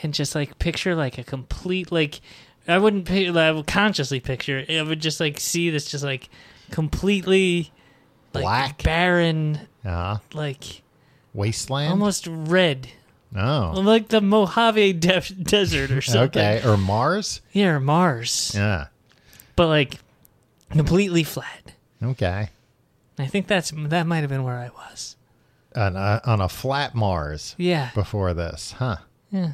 [SPEAKER 1] and just like picture like a complete like I wouldn't pi- I would consciously picture it. I would just like see this just like completely like
[SPEAKER 2] Black.
[SPEAKER 1] barren
[SPEAKER 2] Uh,
[SPEAKER 1] like
[SPEAKER 2] wasteland.
[SPEAKER 1] almost red
[SPEAKER 2] oh.
[SPEAKER 1] like the Mojave de- desert or something.
[SPEAKER 2] Okay. Or Mars.
[SPEAKER 1] Yeah, or Mars.
[SPEAKER 2] Yeah.
[SPEAKER 1] But like completely flat.
[SPEAKER 2] Okay.
[SPEAKER 1] I think that's that might have been where I was.
[SPEAKER 2] On a, uh, on a flat Mars
[SPEAKER 1] Yeah.
[SPEAKER 2] before this, huh?
[SPEAKER 1] Yeah.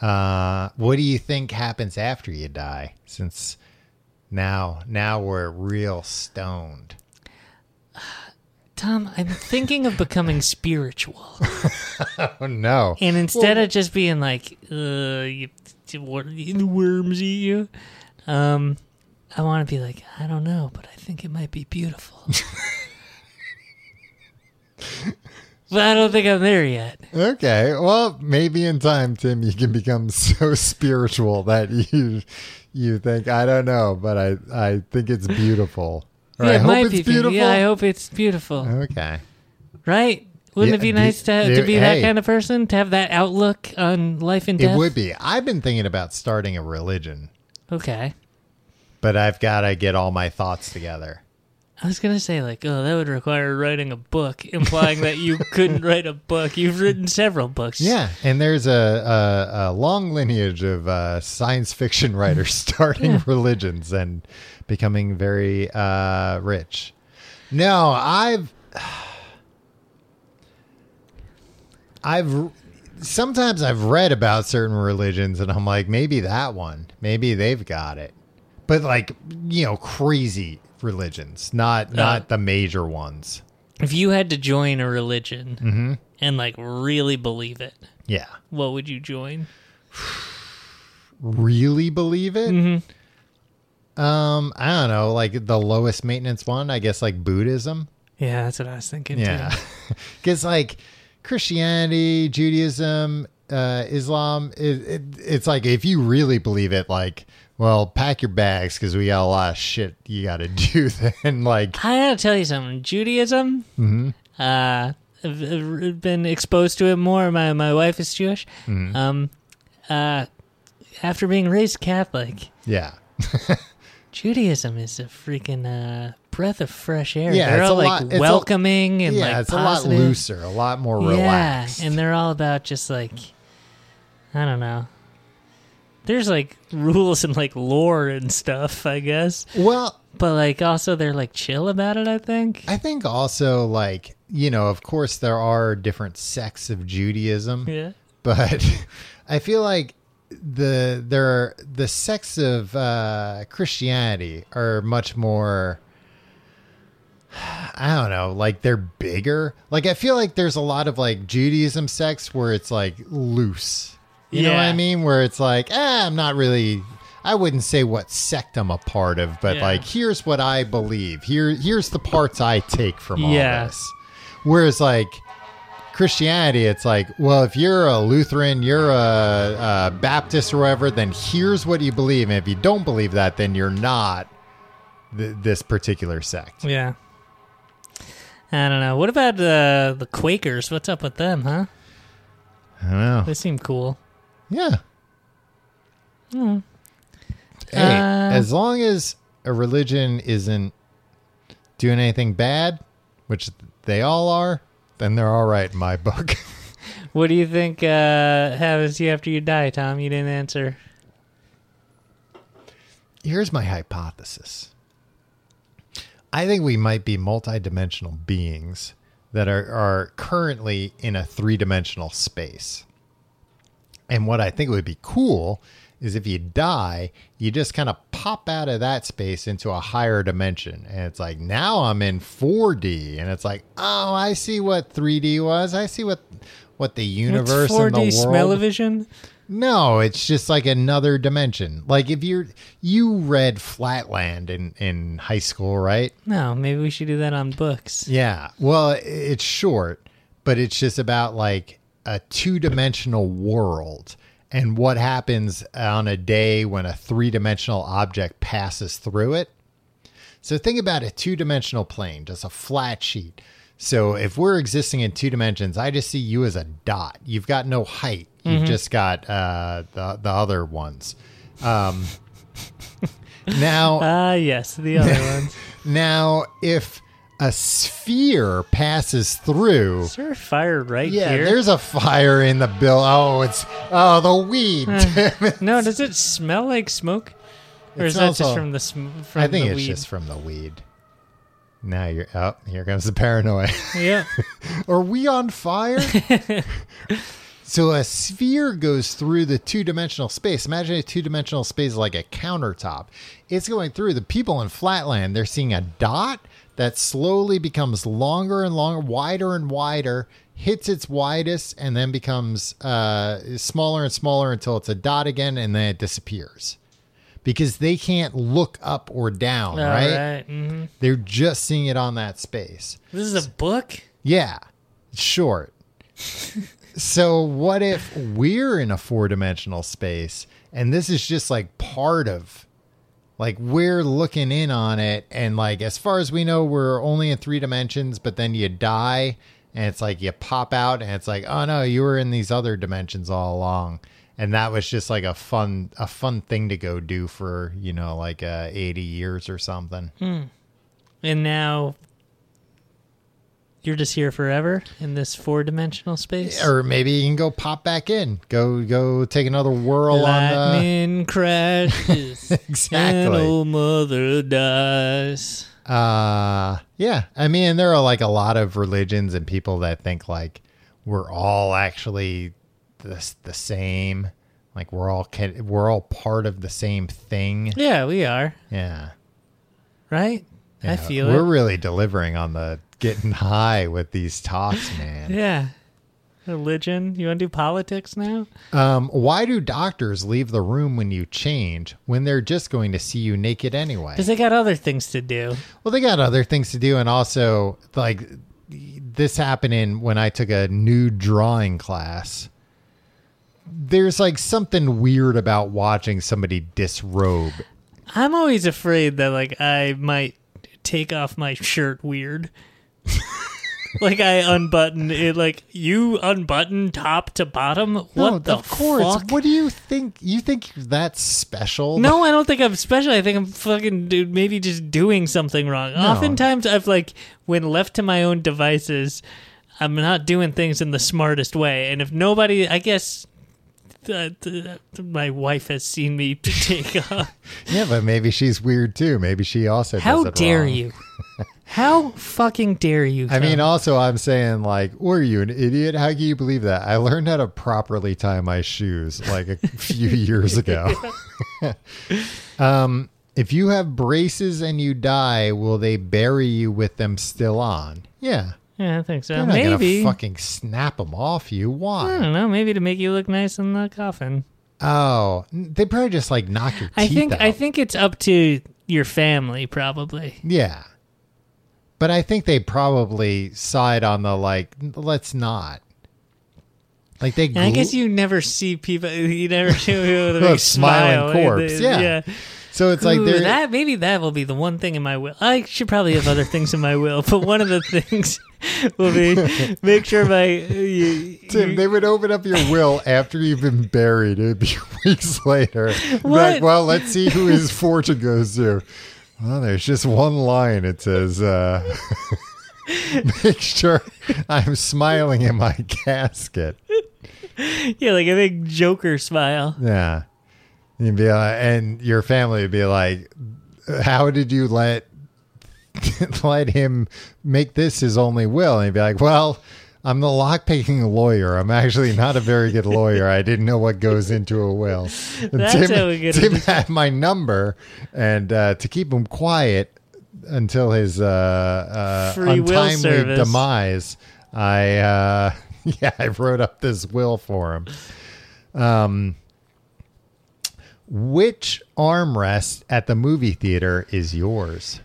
[SPEAKER 2] Uh, what do you think happens after you die? Since now, now we're real stoned.
[SPEAKER 1] Tom, I'm thinking of becoming spiritual.
[SPEAKER 2] Oh no.
[SPEAKER 1] And instead of just being like, uh, you, you, wor- the worms eat you, um, I want to be like, I don't know, but I think it might be beautiful. but I don't think I'm there yet.
[SPEAKER 2] Okay. Well, maybe in time, Tim, you can become so spiritual that you you think I don't know, but I I think it's beautiful. Or
[SPEAKER 1] yeah,
[SPEAKER 2] I
[SPEAKER 1] it
[SPEAKER 2] hope
[SPEAKER 1] might
[SPEAKER 2] it's
[SPEAKER 1] be
[SPEAKER 2] beautiful.
[SPEAKER 1] Yeah, I hope it's beautiful.
[SPEAKER 2] okay.
[SPEAKER 1] right? Wouldn't
[SPEAKER 2] Yeah,
[SPEAKER 1] it be
[SPEAKER 2] do-
[SPEAKER 1] nice to,
[SPEAKER 2] do-
[SPEAKER 1] to be
[SPEAKER 2] hey.
[SPEAKER 1] that kind of person? To have that outlook on life and death?
[SPEAKER 2] It would be. I've been thinking about starting a religion,
[SPEAKER 1] Okay.
[SPEAKER 2] but I've got to get all my thoughts together.
[SPEAKER 1] I was gonna say like, oh, that would require writing a book, implying that you couldn't write a book. You've written several books.
[SPEAKER 2] Yeah, and there's a, a, a long lineage of uh, science fiction writers starting religions and becoming very uh, rich. No, I've I've sometimes I've read about certain religions and I'm like, maybe that one, maybe they've got it, but like you know, crazy religions, not not the major ones.
[SPEAKER 1] If you had to join a religion
[SPEAKER 2] Mm-hmm.
[SPEAKER 1] and like really believe it,
[SPEAKER 2] Yeah.
[SPEAKER 1] what would you join?
[SPEAKER 2] really believe it.
[SPEAKER 1] Mm-hmm.
[SPEAKER 2] Um, I don't know, like the lowest maintenance one, I guess, like Buddhism.
[SPEAKER 1] Yeah, that's what I was thinking.
[SPEAKER 2] Yeah, because like Christianity, Judaism, uh, Islam, it, it, it's like if you really believe it, like, well, pack your bags because we got a lot of shit you got to do. Then, like,
[SPEAKER 1] I gotta tell you something. Judaism.
[SPEAKER 2] Mm-hmm.
[SPEAKER 1] Uh, I've I've been exposed to it more. My my wife is Jewish.
[SPEAKER 2] Mm-hmm.
[SPEAKER 1] Um, uh, after being raised Catholic,
[SPEAKER 2] yeah,
[SPEAKER 1] Judaism is a freaking uh, breath of fresh air.
[SPEAKER 2] Yeah,
[SPEAKER 1] they're
[SPEAKER 2] it's
[SPEAKER 1] all
[SPEAKER 2] a
[SPEAKER 1] like
[SPEAKER 2] lot- it's a-
[SPEAKER 1] welcoming and
[SPEAKER 2] yeah,
[SPEAKER 1] like
[SPEAKER 2] it's
[SPEAKER 1] positive.
[SPEAKER 2] a lot looser, a lot more relaxed.
[SPEAKER 1] Yeah, and they're all about just like I don't know. There's like rules and like lore and stuff, I guess.
[SPEAKER 2] well,
[SPEAKER 1] But like also they're like chill about it. I think.
[SPEAKER 2] I think also like you know, of course, there are different sects of Judaism.
[SPEAKER 1] yeah.
[SPEAKER 2] but I feel like the there the sects of uh, Christianity are much more. I don't know, like they're bigger. Like I feel like there's a lot of like Judaism sects where it's like loose. You know what I
[SPEAKER 1] Yeah.
[SPEAKER 2] mean? Where it's like, ah, I'm not really. I wouldn't say what sect I'm a part of, but
[SPEAKER 1] Yeah.
[SPEAKER 2] like, here's what I believe. Here, here's the parts I take from all
[SPEAKER 1] Yeah.
[SPEAKER 2] this. Whereas like Christianity, it's like, well, if you're a Lutheran, you're a, a Baptist or whatever, then here's what you believe. And if you don't believe that, then you're not th- this particular sect.
[SPEAKER 1] Yeah. I don't know. What about uh, the Quakers? What's up with them, huh?
[SPEAKER 2] I don't know.
[SPEAKER 1] They seem cool.
[SPEAKER 2] Yeah. Hey,
[SPEAKER 1] Uh,
[SPEAKER 2] as long as a religion isn't doing anything bad, which they all are, then they're all right in my book.
[SPEAKER 1] What do you think uh, happens to you after you die, Tom? You didn't answer.
[SPEAKER 2] here's my hypothesis. I think we might be multidimensional beings that are, are currently in a three dimensional space. And what I think would be cool is if you die, you just kind of pop out of that space into a higher dimension. And it's like, now I'm in 4D. And it's like, oh, I see what 3D was. I see what what the universe
[SPEAKER 1] What's 4D
[SPEAKER 2] and the world.
[SPEAKER 1] smell-o-vision?
[SPEAKER 2] No, it's just like another dimension. Like if you're you read Flatland in in high school, right?
[SPEAKER 1] No, maybe we should do that on books.
[SPEAKER 2] Yeah. Well, i- it's short, but it's just about like a two-dimensional world and what happens on a day when a three-dimensional object passes through it. So think about a two-dimensional plane, just a flat sheet. So if we're existing in two dimensions, I just see you as a dot. You've got no height. You've just got uh, the the other ones. Um, now
[SPEAKER 1] Ah, yes, the other ones.
[SPEAKER 2] now, if a sphere passes through,
[SPEAKER 1] Is there a fire right
[SPEAKER 2] yeah,
[SPEAKER 1] here?
[SPEAKER 2] there's a fire in the bill. Oh, it's oh the weed.
[SPEAKER 1] Hmm. No, does it smell like smoke? Or
[SPEAKER 2] It
[SPEAKER 1] is that
[SPEAKER 2] smells
[SPEAKER 1] just
[SPEAKER 2] all-
[SPEAKER 1] from the sm- from
[SPEAKER 2] I think
[SPEAKER 1] the
[SPEAKER 2] it's
[SPEAKER 1] weed?
[SPEAKER 2] just from the weed. Now you're oh, here comes the paranoia.
[SPEAKER 1] yeah.
[SPEAKER 2] Are we on fire? so a sphere goes through the two-dimensional space. Imagine a two-dimensional space is like a countertop. It's going through. The people in Flatland, they're seeing a dot that slowly becomes longer and longer, wider and wider, hits its widest, and then becomes uh, smaller and smaller until it's a dot again, and then it disappears. Because they can't look up or down,
[SPEAKER 1] All
[SPEAKER 2] right?
[SPEAKER 1] right, mhm.
[SPEAKER 2] They're just seeing it on that space.
[SPEAKER 1] This is a book.
[SPEAKER 2] Yeah, it's short. so what if we're in a four-dimensional space and this is just like part of like we're looking in on it and like as far as we know we're only in three dimensions but then you die and it's like you pop out and it's like oh no you were in these other dimensions all along and that was just like a fun a fun thing to go do for you know like uh, 80 years or something
[SPEAKER 1] And now you're just here forever in this four dimensional space.
[SPEAKER 2] or maybe you can go pop back in. Go go take another whirl on the
[SPEAKER 1] Lightning crashes. And
[SPEAKER 2] exactly.
[SPEAKER 1] old mother dies.
[SPEAKER 2] Uh, yeah, I mean there are like a lot of religions and people that think like we're all actually the the same. Like we're all ca- we're all part of the same thing.
[SPEAKER 1] Yeah, we are.
[SPEAKER 2] Yeah,
[SPEAKER 1] Right? I
[SPEAKER 2] Yeah.
[SPEAKER 1] feel
[SPEAKER 2] we're
[SPEAKER 1] it.
[SPEAKER 2] really delivering on the getting high with these talks, man.
[SPEAKER 1] yeah. Religion. You want to do politics now?
[SPEAKER 2] Um, why do doctors leave the room when you change when they're just going to see you naked anyway?
[SPEAKER 1] Because they got other things to do.
[SPEAKER 2] Well, they got other things to do, and also like this happened in when I took a nude drawing class. There's like something weird about watching somebody disrobe.
[SPEAKER 1] I'm always afraid that, like, I might take off my shirt weird. like, I unbutton it. Like, you unbutton top to bottom? What
[SPEAKER 2] No,
[SPEAKER 1] the
[SPEAKER 2] of course.
[SPEAKER 1] fuck?
[SPEAKER 2] What do you think? You think you're that special?
[SPEAKER 1] No, I don't think I'm special. I think I'm fucking dude, maybe just doing something wrong. Oftentimes, I've like when left to my own devices, I'm not doing things in the smartest way. And if nobody, I guess. Uh, th- my wife has seen me to take off.
[SPEAKER 2] Yeah, but maybe she's weird too. Maybe she also.
[SPEAKER 1] How
[SPEAKER 2] does it
[SPEAKER 1] dare
[SPEAKER 2] wrong.
[SPEAKER 1] you? How fucking dare you?
[SPEAKER 2] I mean,
[SPEAKER 1] Tom?
[SPEAKER 2] also, I'm saying, like, were you an idiot? How can you believe that? I learned how to properly tie my shoes like a few years ago. um, if you have braces and you die, will they bury you with them still on? Yeah.
[SPEAKER 1] yeah, I think so.
[SPEAKER 2] They're not
[SPEAKER 1] Maybe Hmm.
[SPEAKER 2] gonna fucking snap them off you.
[SPEAKER 1] I
[SPEAKER 2] Why?
[SPEAKER 1] don't know. Maybe to make you look nice in the coffin.
[SPEAKER 2] Oh, they probably just like knock your teeth
[SPEAKER 1] I think.
[SPEAKER 2] out.
[SPEAKER 1] I think it's up to your family, probably.
[SPEAKER 2] yeah. But I think they probably side on the like, let's not. Like they.
[SPEAKER 1] And I guess
[SPEAKER 2] gl-
[SPEAKER 1] you never see people. You never see people with a
[SPEAKER 2] A
[SPEAKER 1] big smile.
[SPEAKER 2] smiling corpse,
[SPEAKER 1] They-
[SPEAKER 2] yeah. So it's like
[SPEAKER 1] Ooh,
[SPEAKER 2] they're
[SPEAKER 1] that maybe that will be the one thing in my will. I should probably have other things in my will, but one of the things will be make sure my you,
[SPEAKER 2] Tim,
[SPEAKER 1] you-
[SPEAKER 2] they would open up your will after you've been buried. It'd be weeks later. Be
[SPEAKER 1] What?
[SPEAKER 2] Like, well, let's see who his fortune goes to. Well, there's just one line. It says, uh, "Make sure I'm smiling in my casket."
[SPEAKER 1] yeah, like a big Joker smile.
[SPEAKER 2] Yeah, You'd be like, and your family would be like, "How did you let let him make this his only will?" And he'd be like, "Well." I'm the lockpicking lawyer. I'm actually not a very good lawyer. I didn't know what goes into a will.
[SPEAKER 1] That's
[SPEAKER 2] Tim,
[SPEAKER 1] how we get
[SPEAKER 2] Tim
[SPEAKER 1] it.
[SPEAKER 2] had my number, and uh, to keep him quiet until his uh, uh,
[SPEAKER 1] Free will
[SPEAKER 2] untimely
[SPEAKER 1] service.
[SPEAKER 2] demise, I uh, yeah, I wrote up this will for him. Um, which armrest at the movie theater is yours?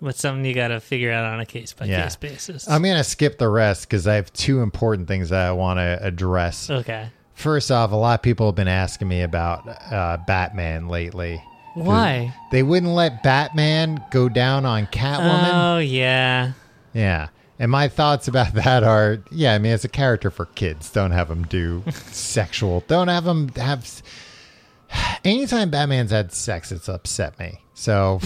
[SPEAKER 1] What's something you got to figure out on a case by
[SPEAKER 2] Yeah.
[SPEAKER 1] case basis?
[SPEAKER 2] I'm gonna skip the rest because I have two important things that I want to address.
[SPEAKER 1] okay.
[SPEAKER 2] First off, a lot of people have been asking me about uh, Batman lately.
[SPEAKER 1] Why?
[SPEAKER 2] They wouldn't let Batman go down on Catwoman.
[SPEAKER 1] Oh yeah.
[SPEAKER 2] yeah. And my thoughts about that are, yeah, I mean, it's a character for kids. Don't have them do sexual. Don't have them have. s- Anytime Batman's had sex, it's upset me. So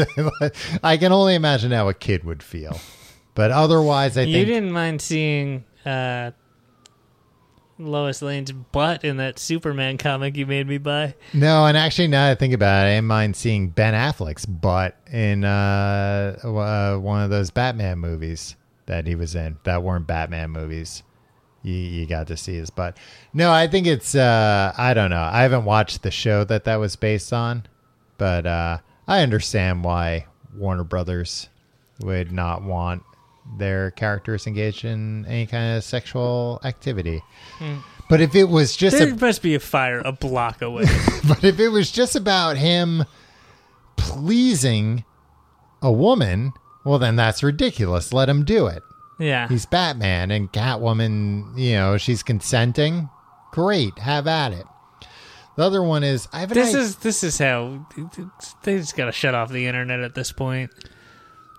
[SPEAKER 2] I can only imagine how a kid would feel. But otherwise, I
[SPEAKER 1] You
[SPEAKER 2] think
[SPEAKER 1] didn't mind seeing uh, Lois Lane's butt in that Superman comic you made me buy.
[SPEAKER 2] No, and actually, now that I think about it, I didn't mind seeing Ben Affleck's butt in uh, uh, one of those Batman movies that he was in that weren't Batman movies. You, you got to see his butt. No, I think it's, uh, I don't know. I haven't watched the show that that was based on, but uh, I understand why Warner Brothers would not want their characters engaged in any kind of sexual activity. But if it was just a
[SPEAKER 1] There must be a fire a block away.
[SPEAKER 2] but if it was just about him pleasing a woman, well, then that's ridiculous. Let him do it.
[SPEAKER 1] yeah.
[SPEAKER 2] He's Batman and Catwoman, you know, she's consenting. Great. Have at it. The other one is I have an
[SPEAKER 1] this
[SPEAKER 2] i-
[SPEAKER 1] is this is how they just gotta shut off the internet at this point.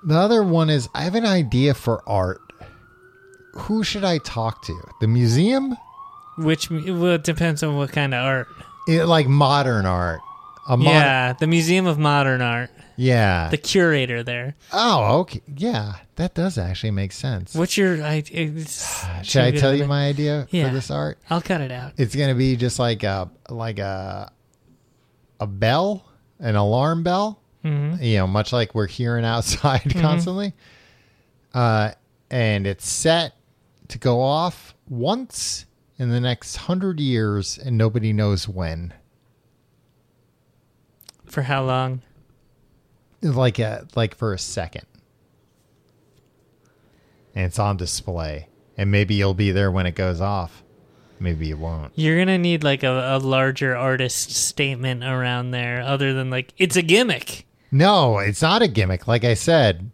[SPEAKER 2] the other one is I have an idea for art. Who should I talk to? The museum?
[SPEAKER 1] Which well, it depends on what kind of art.
[SPEAKER 2] It, like modern art. A mod-
[SPEAKER 1] yeah, the Museum of Modern Art,
[SPEAKER 2] Yeah.
[SPEAKER 1] the curator there.
[SPEAKER 2] oh, okay. Yeah. That does actually make sense.
[SPEAKER 1] What's your? I, it's
[SPEAKER 2] Should
[SPEAKER 1] too
[SPEAKER 2] I
[SPEAKER 1] good
[SPEAKER 2] tell
[SPEAKER 1] of
[SPEAKER 2] you
[SPEAKER 1] a-
[SPEAKER 2] my idea
[SPEAKER 1] Yeah.
[SPEAKER 2] for this art?
[SPEAKER 1] I'll cut it out.
[SPEAKER 2] It's gonna be just like a like a a bell, an alarm bell. You know, much like we're hearing outside constantly. Uh, and it's set to go off once in the next hundred years, and nobody knows when.
[SPEAKER 1] For how long?
[SPEAKER 2] Like a like for a second, and it's on display. And maybe you'll be there when it goes off. Maybe you won't.
[SPEAKER 1] You're gonna need like a, a larger artist statement around there, other than like it's a gimmick.
[SPEAKER 2] No, it's not a gimmick. Like I said,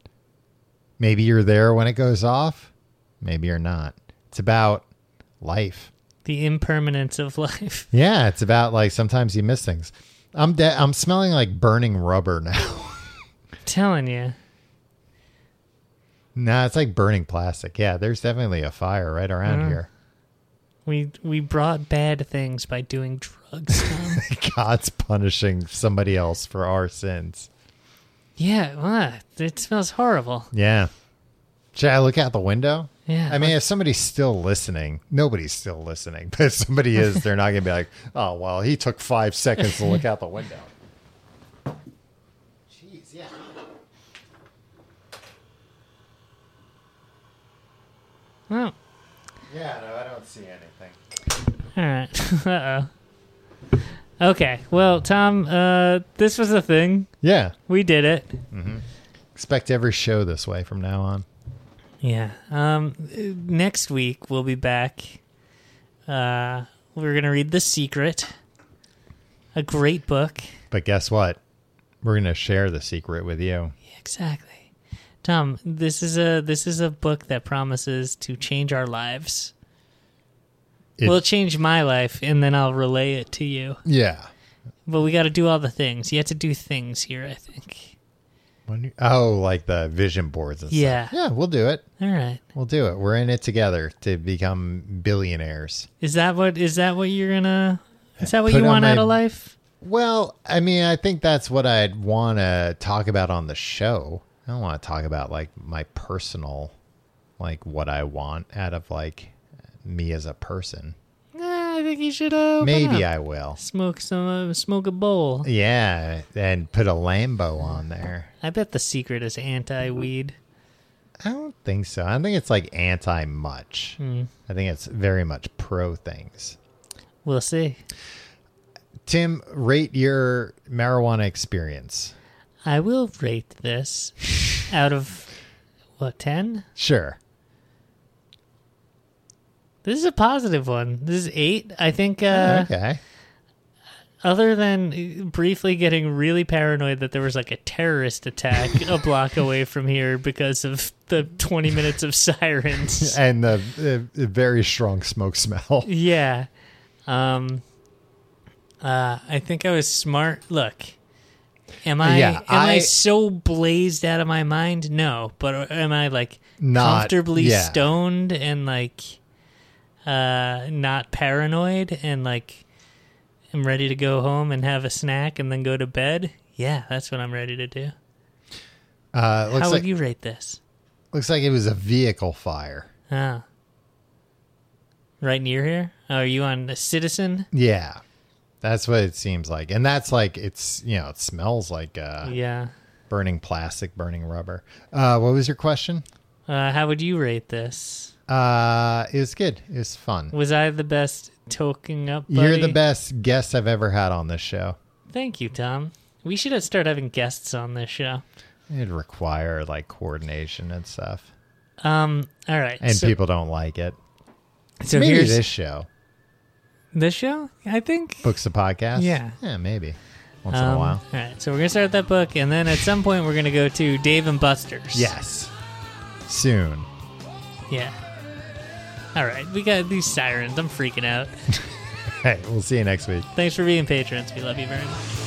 [SPEAKER 2] maybe you're there when it goes off, maybe you're not. It's about life.
[SPEAKER 1] The impermanence of life.
[SPEAKER 2] Yeah, it's about like sometimes you miss things. I'm de- I'm smelling like burning rubber now.
[SPEAKER 1] telling you,
[SPEAKER 2] nah, it's like burning plastic. Yeah, there's definitely a fire right around here.
[SPEAKER 1] we we brought bad things by doing drugs. Tom.
[SPEAKER 2] God's punishing somebody else for our sins.
[SPEAKER 1] yeah, what? It smells horrible.
[SPEAKER 2] Yeah. Should I look out the window?
[SPEAKER 1] Yeah,
[SPEAKER 2] I mean, if somebody's still listening, nobody's still listening, but if somebody is, they're not going to be like, oh, well, he took five seconds to look out the window. Jeez, yeah.
[SPEAKER 1] Oh,
[SPEAKER 2] Yeah, no, I don't see anything.
[SPEAKER 1] all right. uh oh. Okay. Well, Tom, uh, this was a thing.
[SPEAKER 2] Yeah.
[SPEAKER 1] We did it.
[SPEAKER 2] Expect every show this way from now on.
[SPEAKER 1] Yeah. Um, next week we'll be back. Uh, we're gonna read *The Secret*, a great book.
[SPEAKER 2] But guess what? We're going to share the secret with you.
[SPEAKER 1] Exactly, Tom. This is a this is a book that promises to change our lives.
[SPEAKER 2] It-
[SPEAKER 1] well, change my life, and then I'll relay it to you.
[SPEAKER 2] Yeah.
[SPEAKER 1] But we got to do all the things. You have to do things here. I think.
[SPEAKER 2] When you- oh, like the vision boards and
[SPEAKER 1] Yeah.
[SPEAKER 2] stuff. Yeah, we'll do it.
[SPEAKER 1] All right.
[SPEAKER 2] We'll do it. We're in it together to become billionaires.
[SPEAKER 1] Is that what is that what you're gonna? Is that what
[SPEAKER 2] Put
[SPEAKER 1] you
[SPEAKER 2] on
[SPEAKER 1] want
[SPEAKER 2] my-
[SPEAKER 1] out of life?
[SPEAKER 2] Well, I mean, I think that's what I'd want to talk about on the show. I don't want to talk about like my personal, like what I want out of like me as a person.
[SPEAKER 1] I think you should. Uh, open
[SPEAKER 2] Maybe
[SPEAKER 1] up.
[SPEAKER 2] I will.
[SPEAKER 1] smoke some, uh, smoke a bowl.
[SPEAKER 2] Yeah, and put a Lambo on there.
[SPEAKER 1] I bet the secret is anti-weed.
[SPEAKER 2] I don't think so. I don't think it's like anti much.
[SPEAKER 1] Hmm.
[SPEAKER 2] I think it's very much pro things.
[SPEAKER 1] We'll see.
[SPEAKER 2] Tim, rate your marijuana experience.
[SPEAKER 1] I will rate this out of what ten.
[SPEAKER 2] Sure.
[SPEAKER 1] This is a positive one. This is eight. I think. Uh,
[SPEAKER 2] Oh, okay.
[SPEAKER 1] Other than uh, briefly getting really paranoid that there was like a terrorist attack a block away from here because of the twenty minutes of sirens.
[SPEAKER 2] And the, the, the very strong smoke smell.
[SPEAKER 1] Yeah. Um uh I think I was smart. Look. Am I
[SPEAKER 2] Yeah,
[SPEAKER 1] am I,
[SPEAKER 2] I-
[SPEAKER 1] so blazed out of my mind? No, but uh, am I like
[SPEAKER 2] Not-
[SPEAKER 1] comfortably
[SPEAKER 2] yeah.
[SPEAKER 1] stoned and like uh not paranoid and like I'm ready to go home and have a snack and then go to bed? Yeah, that's what I'm ready to do.
[SPEAKER 2] Uh, looks
[SPEAKER 1] How
[SPEAKER 2] like
[SPEAKER 1] would you rate this?
[SPEAKER 2] looks like it was a vehicle fire.
[SPEAKER 1] Ah. Right near here? Oh, are you on the citizen?
[SPEAKER 2] Yeah, that's what it seems like, and that's like it's you know it smells like uh,
[SPEAKER 1] Yeah.
[SPEAKER 2] burning plastic, burning rubber. Uh, what was your question?
[SPEAKER 1] Uh, how would you rate this?
[SPEAKER 2] Uh, it was good. It was fun.
[SPEAKER 1] Was I the best toking up?
[SPEAKER 2] You're the
[SPEAKER 1] buddy?
[SPEAKER 2] best guest I've ever had on this show.
[SPEAKER 1] Thank you, Tom. We should have start having guests on this show.
[SPEAKER 2] It'd require like coordination and stuff,
[SPEAKER 1] Um. All right.
[SPEAKER 2] and
[SPEAKER 1] so,
[SPEAKER 2] people don't like it.
[SPEAKER 1] so
[SPEAKER 2] maybe
[SPEAKER 1] here's
[SPEAKER 2] this show
[SPEAKER 1] this show. I think.
[SPEAKER 2] books a podcast.
[SPEAKER 1] Yeah.
[SPEAKER 2] yeah, maybe once in
[SPEAKER 1] Um,
[SPEAKER 2] a while.
[SPEAKER 1] All right. So we're gonna start that book, and then at some point we're gonna go to Dave and Buster's.
[SPEAKER 2] Yes, soon.
[SPEAKER 1] Yeah. All right. We got these sirens. I'm freaking out.
[SPEAKER 2] Hey, we'll see you next week.
[SPEAKER 1] Thanks for being patrons. We love you very much.